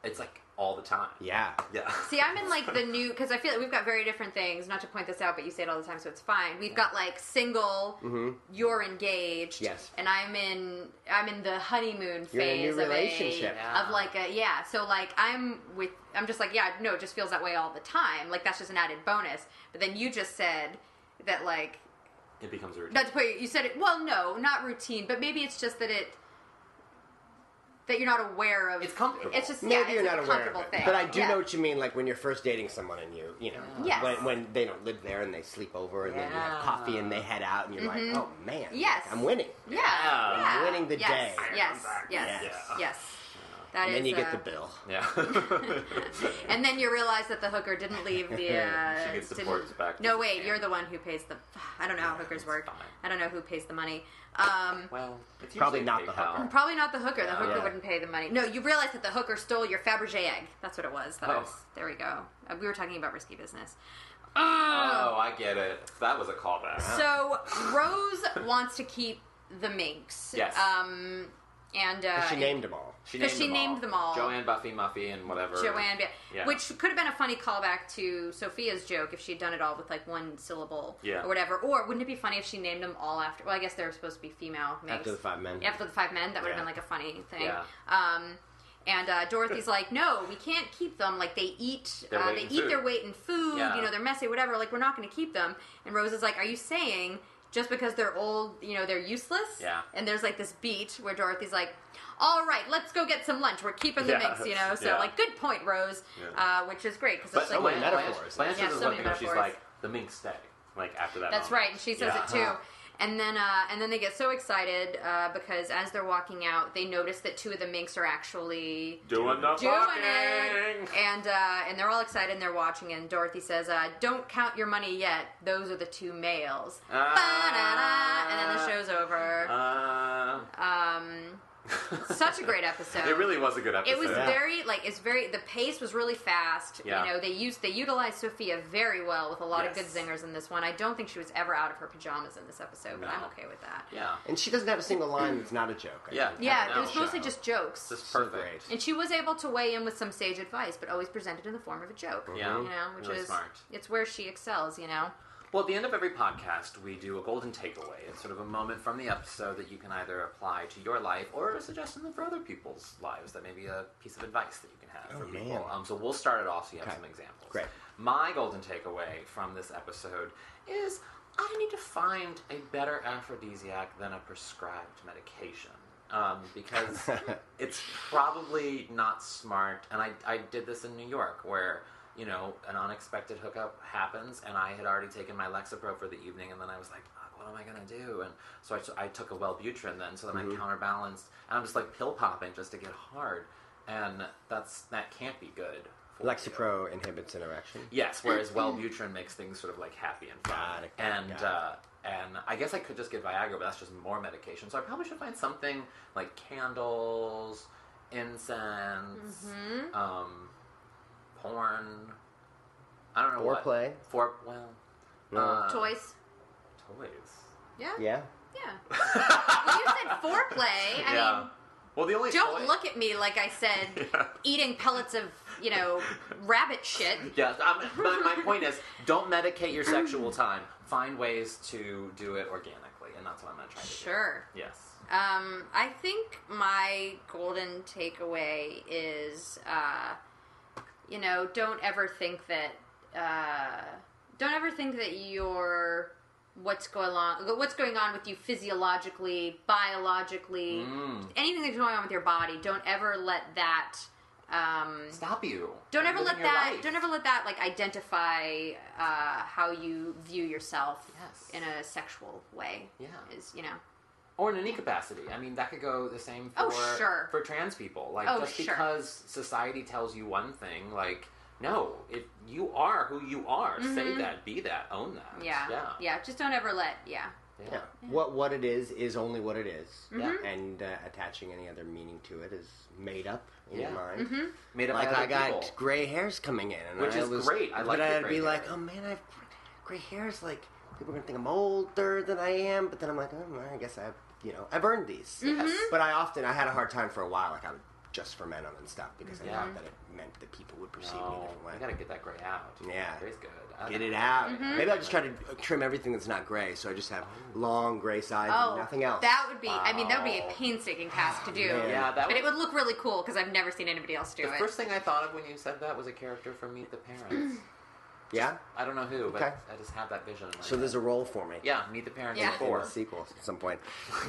Speaker 3: it's like all the time.
Speaker 4: yeah.
Speaker 3: Yeah.
Speaker 2: See, I'm in like the new because I feel like we've got very different things. Not to point this out, but you say it all the time, so it's fine. We've got like single,
Speaker 4: Mm-hmm.
Speaker 2: you're engaged,
Speaker 4: Yes.
Speaker 2: and I'm in I'm in the honeymoon phase
Speaker 4: You're in a new
Speaker 2: of a-
Speaker 4: relationship.
Speaker 3: Yeah.
Speaker 2: of like a yeah. So like I'm with I'm just like yeah no, it just feels that way all the time. Like that's just an added bonus. But then you just said that like
Speaker 3: It becomes a routine.
Speaker 2: not to put you, you said it well no not routine, but maybe it's just that it that you're not aware of.
Speaker 3: It's comfortable.
Speaker 2: It's just
Speaker 4: Maybe
Speaker 2: yeah,
Speaker 4: you're
Speaker 2: it's
Speaker 4: not aware
Speaker 2: a
Speaker 4: of
Speaker 2: comfortable
Speaker 4: it,
Speaker 2: thing.
Speaker 4: but I do
Speaker 2: Yeah.
Speaker 4: know what you mean. Like when you're first dating someone, and you, you know,
Speaker 2: Yes.
Speaker 4: when, when they don't live there and they sleep over, and then you have
Speaker 3: Yeah.
Speaker 4: coffee and they head out, and you're like, oh man,
Speaker 2: Mm-hmm. Yes.
Speaker 4: I'm winning.
Speaker 2: Yeah.
Speaker 3: Yeah.
Speaker 2: yeah.
Speaker 4: Winning the
Speaker 2: yes.
Speaker 4: day.
Speaker 2: Yes. Yes.
Speaker 4: Yes.
Speaker 2: Yes. That
Speaker 4: and then
Speaker 2: is,
Speaker 4: you get
Speaker 2: uh,
Speaker 4: the bill.
Speaker 3: Yeah.
Speaker 2: And then you realize that the hooker didn't leave the. Uh,
Speaker 3: She gets the
Speaker 2: didn't-
Speaker 3: ports back to
Speaker 2: No,
Speaker 3: the
Speaker 2: wait.
Speaker 3: van.
Speaker 2: You're the one who pays the. I don't know how hookers
Speaker 3: it's
Speaker 2: work.
Speaker 3: fine.
Speaker 2: I don't know who pays the money. Um,
Speaker 3: well, it's
Speaker 4: Probably not
Speaker 3: usually
Speaker 4: the
Speaker 3: PayPal.
Speaker 4: hooker.
Speaker 2: probably not the hooker. The
Speaker 3: Yeah.
Speaker 2: hooker
Speaker 4: Yeah.
Speaker 2: wouldn't pay the money. No, you realize that the hooker stole your Fabergé egg. That's what it was. That
Speaker 3: Oh.
Speaker 2: was there we go. Uh, We were talking about risky business.
Speaker 3: Oh, I get it. That was a callback.
Speaker 2: So Rose wants to keep the minks.
Speaker 3: Yes.
Speaker 2: Um, and uh,
Speaker 4: she named them all.
Speaker 3: she
Speaker 2: 'cause she named them all.
Speaker 3: Joanne, Buffy, Muffy, and whatever.
Speaker 2: Joanne,
Speaker 3: Yeah.
Speaker 2: which could have been a funny callback to Sophia's joke if she'd done it all with like one syllable
Speaker 3: Yeah.
Speaker 2: or whatever. Or wouldn't it be funny if she named them all after? Well, I guess they were supposed to be female. Minks.
Speaker 4: After the five men.
Speaker 2: After the five men, that would have
Speaker 4: Yeah.
Speaker 2: been like a funny thing.
Speaker 3: Yeah.
Speaker 2: Um, and uh, Dorothy's like, no, we can't keep them. Like they eat,
Speaker 3: Their
Speaker 2: uh,
Speaker 3: weight
Speaker 2: they
Speaker 3: in
Speaker 2: eat their
Speaker 3: food."
Speaker 2: weight in food.
Speaker 3: Yeah.
Speaker 2: You know, they're messy, whatever. Like we're not going to keep them. And Rose is like, are you saying? Just because they're old, you know, they're useless.
Speaker 3: Yeah.
Speaker 2: And there's like this beat where Dorothy's like, "All right, let's go get some lunch. We're keeping the
Speaker 3: Yeah.
Speaker 2: minks, you know." So
Speaker 3: Yeah.
Speaker 2: like, good point, Rose.
Speaker 3: Yeah.
Speaker 2: Uh, which is great because
Speaker 3: But
Speaker 2: it's like
Speaker 4: many
Speaker 3: Blanche,
Speaker 4: metaphors.
Speaker 3: Blanche,
Speaker 2: Yeah,
Speaker 3: Blanche is
Speaker 2: so
Speaker 3: one
Speaker 2: many
Speaker 3: thing where she's
Speaker 2: metaphors.
Speaker 3: like, the minks stay. Like, after that.
Speaker 2: that's
Speaker 3: moment.
Speaker 2: right, and she says
Speaker 3: Yeah.
Speaker 2: it too. And then uh, and then they get so excited uh, because as they're walking out, they notice that two of the minks are actually
Speaker 3: Doing the
Speaker 2: doing
Speaker 3: fucking.
Speaker 2: it, and uh, and they're all excited and they're watching. And Dorothy says, uh, "Don't count your money yet. Those are the two males."
Speaker 3: Ah.
Speaker 2: Ba-da-da. and then the show's over.
Speaker 3: Uh,
Speaker 2: Um, such a great episode.
Speaker 3: it really was a good episode.
Speaker 2: It was
Speaker 4: Yeah.
Speaker 2: very like it's very the pace was really fast.
Speaker 3: Yeah.
Speaker 2: You know, they used they utilized Sophia very well with a lot of
Speaker 3: Yes.
Speaker 2: good zingers in this one. I don't think she was ever out of her pajamas in this episode, but
Speaker 3: No.
Speaker 2: I'm okay with that.
Speaker 3: Yeah.
Speaker 4: And she doesn't have a single line that's not a joke. I
Speaker 3: Yeah.
Speaker 4: think.
Speaker 2: Yeah,
Speaker 3: No.
Speaker 2: it was mostly just jokes.
Speaker 3: Just
Speaker 4: So
Speaker 3: perfect.
Speaker 4: great.
Speaker 2: and she was able to weigh in with some sage advice, but always presented in the form of a joke.
Speaker 3: Yeah.
Speaker 2: You
Speaker 4: Mm-hmm.
Speaker 2: know, which
Speaker 3: Really
Speaker 2: is
Speaker 3: smart.
Speaker 2: it's where she excels, you know.
Speaker 3: Well, at the end of every podcast, we do a golden takeaway. It's sort of a moment from the episode that you can either apply to your life or a suggestion for other people's lives that may be a piece of advice that you can have for
Speaker 4: Oh, man.
Speaker 3: people. Um, so we'll start it off so you have
Speaker 4: Okay.
Speaker 3: some examples.
Speaker 4: Great.
Speaker 3: My golden takeaway from this episode is I need to find a better aphrodisiac than a prescribed medication. Um, because it's probably not smart. And I, I did this in New York where, you know, an unexpected hookup happens and I had already taken my Lexapro for the evening and then I was like, "Fuck, what am I going to do? And so I, t- I took a Wellbutrin then, so then
Speaker 4: Mm-hmm.
Speaker 3: I counterbalanced. And I'm just like pill popping just to get hard. And that's that can't be good. for you.
Speaker 4: Lexapro inhibits an erection.
Speaker 3: Yes, whereas Wellbutrin makes things sort of like happy and fun.
Speaker 4: Got it, got it,
Speaker 3: and
Speaker 4: got it.
Speaker 3: uh, and I guess I could just get Viagra, but that's just more medication. So I probably should find something like candles, incense,
Speaker 2: Mm-hmm.
Speaker 3: um, porn. I don't know what.
Speaker 4: Foreplay.
Speaker 3: For well, uh,
Speaker 2: Toys.
Speaker 3: Toys.
Speaker 2: Yeah.
Speaker 4: Yeah.
Speaker 2: Yeah. well, you said foreplay. I
Speaker 3: yeah.
Speaker 2: mean
Speaker 3: well, the only
Speaker 2: don't
Speaker 3: toy-
Speaker 2: look at me like I said
Speaker 3: Yeah.
Speaker 2: eating pellets of, you know, rabbit shit.
Speaker 3: Yes, um, but my point is, don't medicate your sexual time. Find ways to do it organically, and that's what I'm going to try to
Speaker 2: Sure.
Speaker 3: do. Yes.
Speaker 2: Um, I think my golden takeaway is, uh, you know, don't ever think that, uh, don't ever think that your what's going on, what's going on with you physiologically, biologically,
Speaker 3: Mm.
Speaker 2: anything that's going on with your body. Don't ever let that. Um,
Speaker 3: stop you.
Speaker 2: don't
Speaker 3: from
Speaker 2: ever let
Speaker 3: living your
Speaker 2: that.
Speaker 3: life.
Speaker 2: Don't ever let that like identify uh, how you view yourself
Speaker 3: Yes.
Speaker 2: in a sexual way.
Speaker 3: Yeah.
Speaker 2: is you know.
Speaker 3: Or in any capacity. I mean, that could go the same for
Speaker 2: Oh, sure.
Speaker 3: for trans people. Like
Speaker 2: Oh,
Speaker 3: just
Speaker 2: sure.
Speaker 3: because society tells you one thing, like no, if you are who you are, say that, be that, own that.
Speaker 2: Mm-hmm. Yeah.
Speaker 3: Yeah.
Speaker 2: Yeah. Just don't ever let. Yeah.
Speaker 3: Yeah.
Speaker 4: Yeah. What what it is is only what it is.
Speaker 2: Mm-hmm.
Speaker 3: Yeah.
Speaker 4: And uh, attaching any other meaning to it is made up in
Speaker 3: Yeah.
Speaker 4: your mind.
Speaker 2: Mm-hmm.
Speaker 3: Made up
Speaker 4: Like
Speaker 3: by
Speaker 4: I
Speaker 3: other
Speaker 4: got
Speaker 3: people.
Speaker 4: gray hairs coming in, and
Speaker 3: Which
Speaker 4: I
Speaker 3: is
Speaker 4: was,
Speaker 3: great. I like
Speaker 4: But
Speaker 3: your
Speaker 4: I'd
Speaker 3: gray
Speaker 4: be
Speaker 3: hair.
Speaker 4: like, oh man, I've gray hairs. Like people are gonna think I'm older than I am, but then I'm like, oh, well, I guess I've you know I've earned these.
Speaker 2: Mm-hmm.
Speaker 4: But I often I had a hard time for a while, like I would just ferment them and stuff because I
Speaker 3: Yeah.
Speaker 4: thought that it meant that people would perceive me a
Speaker 3: No,
Speaker 4: different way.
Speaker 3: I gotta get that gray out.
Speaker 4: Yeah.
Speaker 3: Gray's good. I
Speaker 4: Get
Speaker 3: like
Speaker 4: it
Speaker 3: gray.
Speaker 4: out.
Speaker 2: Mm-hmm.
Speaker 4: Maybe I'll just try to trim everything that's not gray, so I just have
Speaker 3: Oh.
Speaker 4: long gray sides
Speaker 2: Oh,
Speaker 4: and nothing else.
Speaker 2: That would be. I mean, that would be
Speaker 3: Wow.
Speaker 2: a painstaking task to do.
Speaker 4: man.
Speaker 3: Yeah, that
Speaker 2: But it
Speaker 3: was-
Speaker 2: would look really cool because I've never seen anybody else do
Speaker 3: The
Speaker 2: it.
Speaker 3: first thing I thought of when you said that was a character from Meet the Parents.
Speaker 4: Yeah.
Speaker 3: I don't know who, but
Speaker 4: Okay.
Speaker 3: I just have that vision. in my
Speaker 4: So
Speaker 3: head.
Speaker 4: theres a role for me.
Speaker 3: yeah, meet the parents
Speaker 2: Yeah.
Speaker 3: yeah.
Speaker 4: Or
Speaker 3: four.
Speaker 4: a sequel at some point.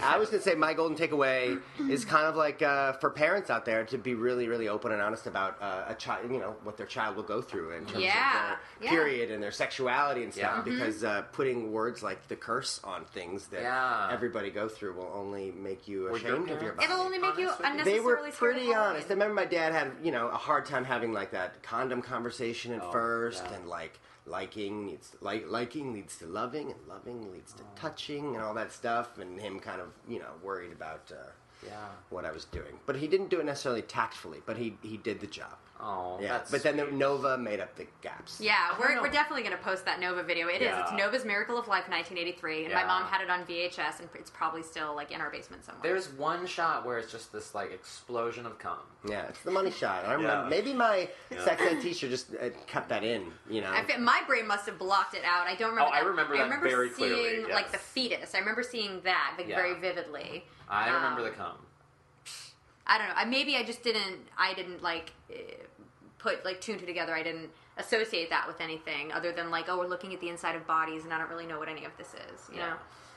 Speaker 4: I was gonna say my golden takeaway is kind of like uh, for parents out there to be really, really open and honest about uh, a child, you know, what their child will go through in terms of their
Speaker 2: Yeah, yeah. Mm-hmm.
Speaker 4: period and their sexuality and stuff.
Speaker 3: Yeah. Mhm.
Speaker 4: Because uh, putting words like the curse on things that
Speaker 3: Yeah.
Speaker 4: everybody go through will only make you
Speaker 3: Were your
Speaker 4: ashamed of your
Speaker 3: parents-
Speaker 4: body.
Speaker 2: It'll only make you
Speaker 3: Honestly,
Speaker 4: they
Speaker 2: unnecessarily
Speaker 4: were
Speaker 2: scared of
Speaker 4: pretty
Speaker 2: Halloween.
Speaker 4: honest. I remember my dad had, you know, a hard time having like that condom conversation at
Speaker 3: Oh,
Speaker 4: first,
Speaker 3: yeah.
Speaker 4: and like liking needs like liking leads to loving, and loving leads
Speaker 3: Oh.
Speaker 4: to touching, and all that stuff. And him kind of, you know, worried about uh,
Speaker 3: Yeah.
Speaker 4: what I was doing, but he didn't do it necessarily tactfully. But he he did the job.
Speaker 3: Oh,
Speaker 4: yeah.
Speaker 3: that's
Speaker 4: but then the Nova made up the gaps.
Speaker 2: Yeah,
Speaker 3: don't
Speaker 2: we're,
Speaker 3: know.
Speaker 2: we're definitely going to post that Nova video. It is.
Speaker 3: Yeah.
Speaker 2: It's Nova's Miracle of Life 1983. And my
Speaker 3: Yeah.
Speaker 2: mom had it on VHS, and it's probably still like in our basement somewhere.
Speaker 3: There's one shot where it's just this like explosion of cum.
Speaker 4: Yeah, it's the money shot. I remember
Speaker 3: Yeah.
Speaker 4: maybe my sex ed teacher just uh, cut that in. You know,
Speaker 2: I fe- my brain must have blocked it out. I don't remember.
Speaker 3: Oh, I
Speaker 2: that.
Speaker 3: remember that very
Speaker 2: seeing
Speaker 3: clearly,
Speaker 2: like
Speaker 3: yes.
Speaker 2: the fetus. I remember seeing that like
Speaker 3: Yeah.
Speaker 2: very vividly.
Speaker 3: I
Speaker 2: Um,
Speaker 3: remember the cum.
Speaker 2: I don't know. I, maybe I just didn't. I didn't like eh, put like two and two together. I didn't associate that with anything other than like oh we're looking at the inside of bodies and I don't really know what any of this is. You know.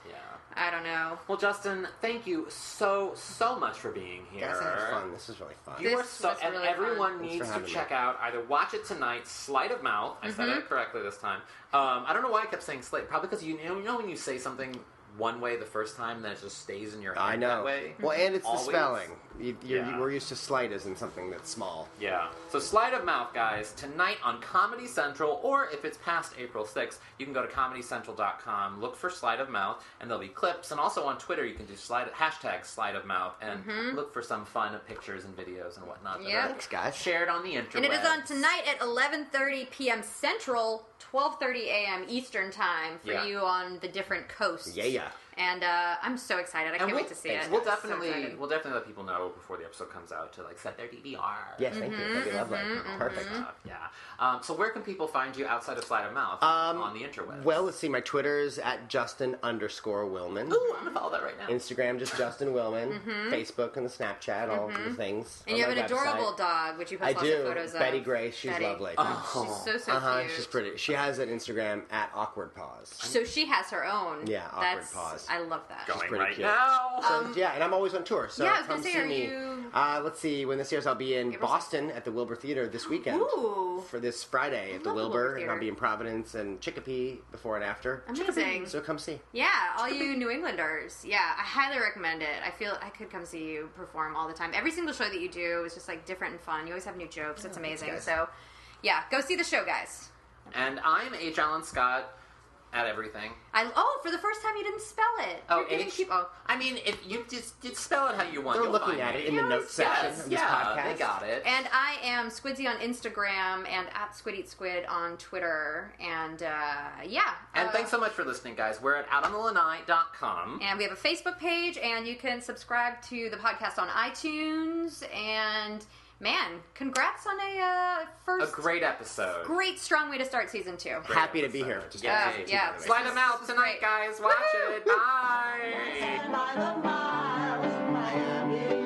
Speaker 3: Yeah.
Speaker 2: I don't know.
Speaker 3: Well, Justin, thank you so so much for being here.
Speaker 4: guys, I had fun. This is really fun.
Speaker 3: You
Speaker 2: This
Speaker 3: are so,
Speaker 2: was
Speaker 3: and
Speaker 2: really
Speaker 3: everyone
Speaker 2: fun.
Speaker 4: Thanks
Speaker 3: needs
Speaker 4: for
Speaker 3: to
Speaker 4: having
Speaker 3: check out either watch it tonight, sleight of mouth. I said
Speaker 2: Mm-hmm.
Speaker 3: it correctly this time. Um, I don't know why I kept saying slate. Probably because you know, you know when you say something one way the first time, then it just stays in your head
Speaker 4: I know.
Speaker 3: that way.
Speaker 4: Well, and it's
Speaker 3: Always.
Speaker 4: the spelling. You, you're,
Speaker 3: Yeah.
Speaker 4: We're used to slight isn't something that's small.
Speaker 3: Yeah. So sleight of mouth, guys, tonight on Comedy Central, or if it's past April 6th, you can go to comedycentral.com, look for sleight of mouth, and there'll be clips. And also on Twitter, you can do slide, hashtag sleight of mouth and look for some fun pictures and videos and whatnot that
Speaker 2: Mm-hmm. Yeah.
Speaker 3: are
Speaker 4: Thanks, guys.
Speaker 3: shared on the internet.
Speaker 2: And it is on tonight at 11:30 p.m. Central, 12:30 a.m. Eastern time for
Speaker 3: Yeah.
Speaker 2: you on the different coasts.
Speaker 4: Yeah, yeah.
Speaker 2: And uh, I'm so excited. I can't
Speaker 3: we'll,
Speaker 2: wait to see it.
Speaker 3: We'll
Speaker 2: I'm so
Speaker 3: definitely
Speaker 2: excited.
Speaker 3: we'll definitely let people know before the episode comes out to like set their DVR.
Speaker 4: Yes, thank you. That'd be
Speaker 3: Mm-hmm,
Speaker 4: lovely. Perfect.
Speaker 3: Stuff,
Speaker 2: Mm-hmm.
Speaker 3: Yeah. Um, so where can people find you outside of sleight of mouth
Speaker 4: Um,
Speaker 3: on the interwebs?
Speaker 4: Well, let's see. My Twitter's at Justin underscore Willman.
Speaker 3: Ooh, Mm-hmm. I'm gonna follow that right now.
Speaker 4: Instagram just Justin Willman. Facebook and the Snapchat, all
Speaker 3: Mm-hmm.
Speaker 4: the things.
Speaker 2: And
Speaker 4: on
Speaker 2: you have
Speaker 4: my
Speaker 2: an adorable
Speaker 4: website.
Speaker 2: dog, which you
Speaker 4: I
Speaker 2: post lots
Speaker 4: do.
Speaker 2: of photos of.
Speaker 4: Betty Grace, she's
Speaker 2: Betty.
Speaker 4: lovely.
Speaker 2: She's so so
Speaker 4: uh huh.
Speaker 2: cute.
Speaker 4: She's pretty. She has an Instagram at Awkward Pause.
Speaker 2: So she has her own.
Speaker 4: Yeah, awkward
Speaker 2: That's,
Speaker 4: pause.
Speaker 2: I love that.
Speaker 3: Going
Speaker 4: pretty
Speaker 3: right
Speaker 4: cute.
Speaker 3: now.
Speaker 4: So, yeah, and I'm always on tour, so
Speaker 2: Um, Yeah, I was
Speaker 4: come
Speaker 2: gonna say,
Speaker 4: see
Speaker 2: are
Speaker 4: me.
Speaker 2: you-
Speaker 4: Uh, let's see, when this year's I'll be in
Speaker 2: April
Speaker 4: Boston at the Wilbur Theater this weekend
Speaker 2: Ooh.
Speaker 4: for this Friday at the
Speaker 2: love the
Speaker 4: Wilbur, and
Speaker 2: Wilbur
Speaker 4: I'll
Speaker 2: Theater. Um,
Speaker 4: be in Providence and Chicopee before and after.
Speaker 2: Amazing.
Speaker 4: So come see.
Speaker 2: Yeah, all you New Englanders. Yeah, I highly recommend it. I feel I could come see you perform all the time. Every single show that you do is just like different and fun. You always have new jokes.
Speaker 3: Oh,
Speaker 2: It's amazing.
Speaker 4: guys.
Speaker 2: So, yeah, go see the show, guys.
Speaker 3: And I'm H. Allen Scott at everything.
Speaker 2: I oh, for the first time you didn't spell it.
Speaker 3: Oh,
Speaker 2: You're giving
Speaker 3: H.
Speaker 2: peop- oh,
Speaker 3: I mean, if you just you spell it how you want,
Speaker 4: They're
Speaker 3: you'll
Speaker 4: looking
Speaker 3: find
Speaker 4: at
Speaker 3: me.
Speaker 4: it in the
Speaker 2: Yeah,
Speaker 4: notes
Speaker 2: yes,
Speaker 4: section of this
Speaker 3: yeah,
Speaker 4: podcast.
Speaker 3: they got it.
Speaker 2: And I am Squidzy on Instagram and at Squid Eat Squid on Twitter. And uh, yeah,
Speaker 3: And
Speaker 2: uh,
Speaker 3: thanks so much for listening, guys. We're at outonthelanai.com.
Speaker 2: And we have a Facebook page, and you can subscribe to the podcast on iTunes. And man, congrats on a uh,
Speaker 3: A
Speaker 2: first
Speaker 3: great episode.
Speaker 2: great, strong way to start season two.
Speaker 4: Happy to be here. Just
Speaker 3: Yeah,
Speaker 4: wanted to
Speaker 2: yeah.
Speaker 4: see you.
Speaker 3: Slide them out tonight, guys. Watch it. Bye.
Speaker 1: Stand by the mile, Miami.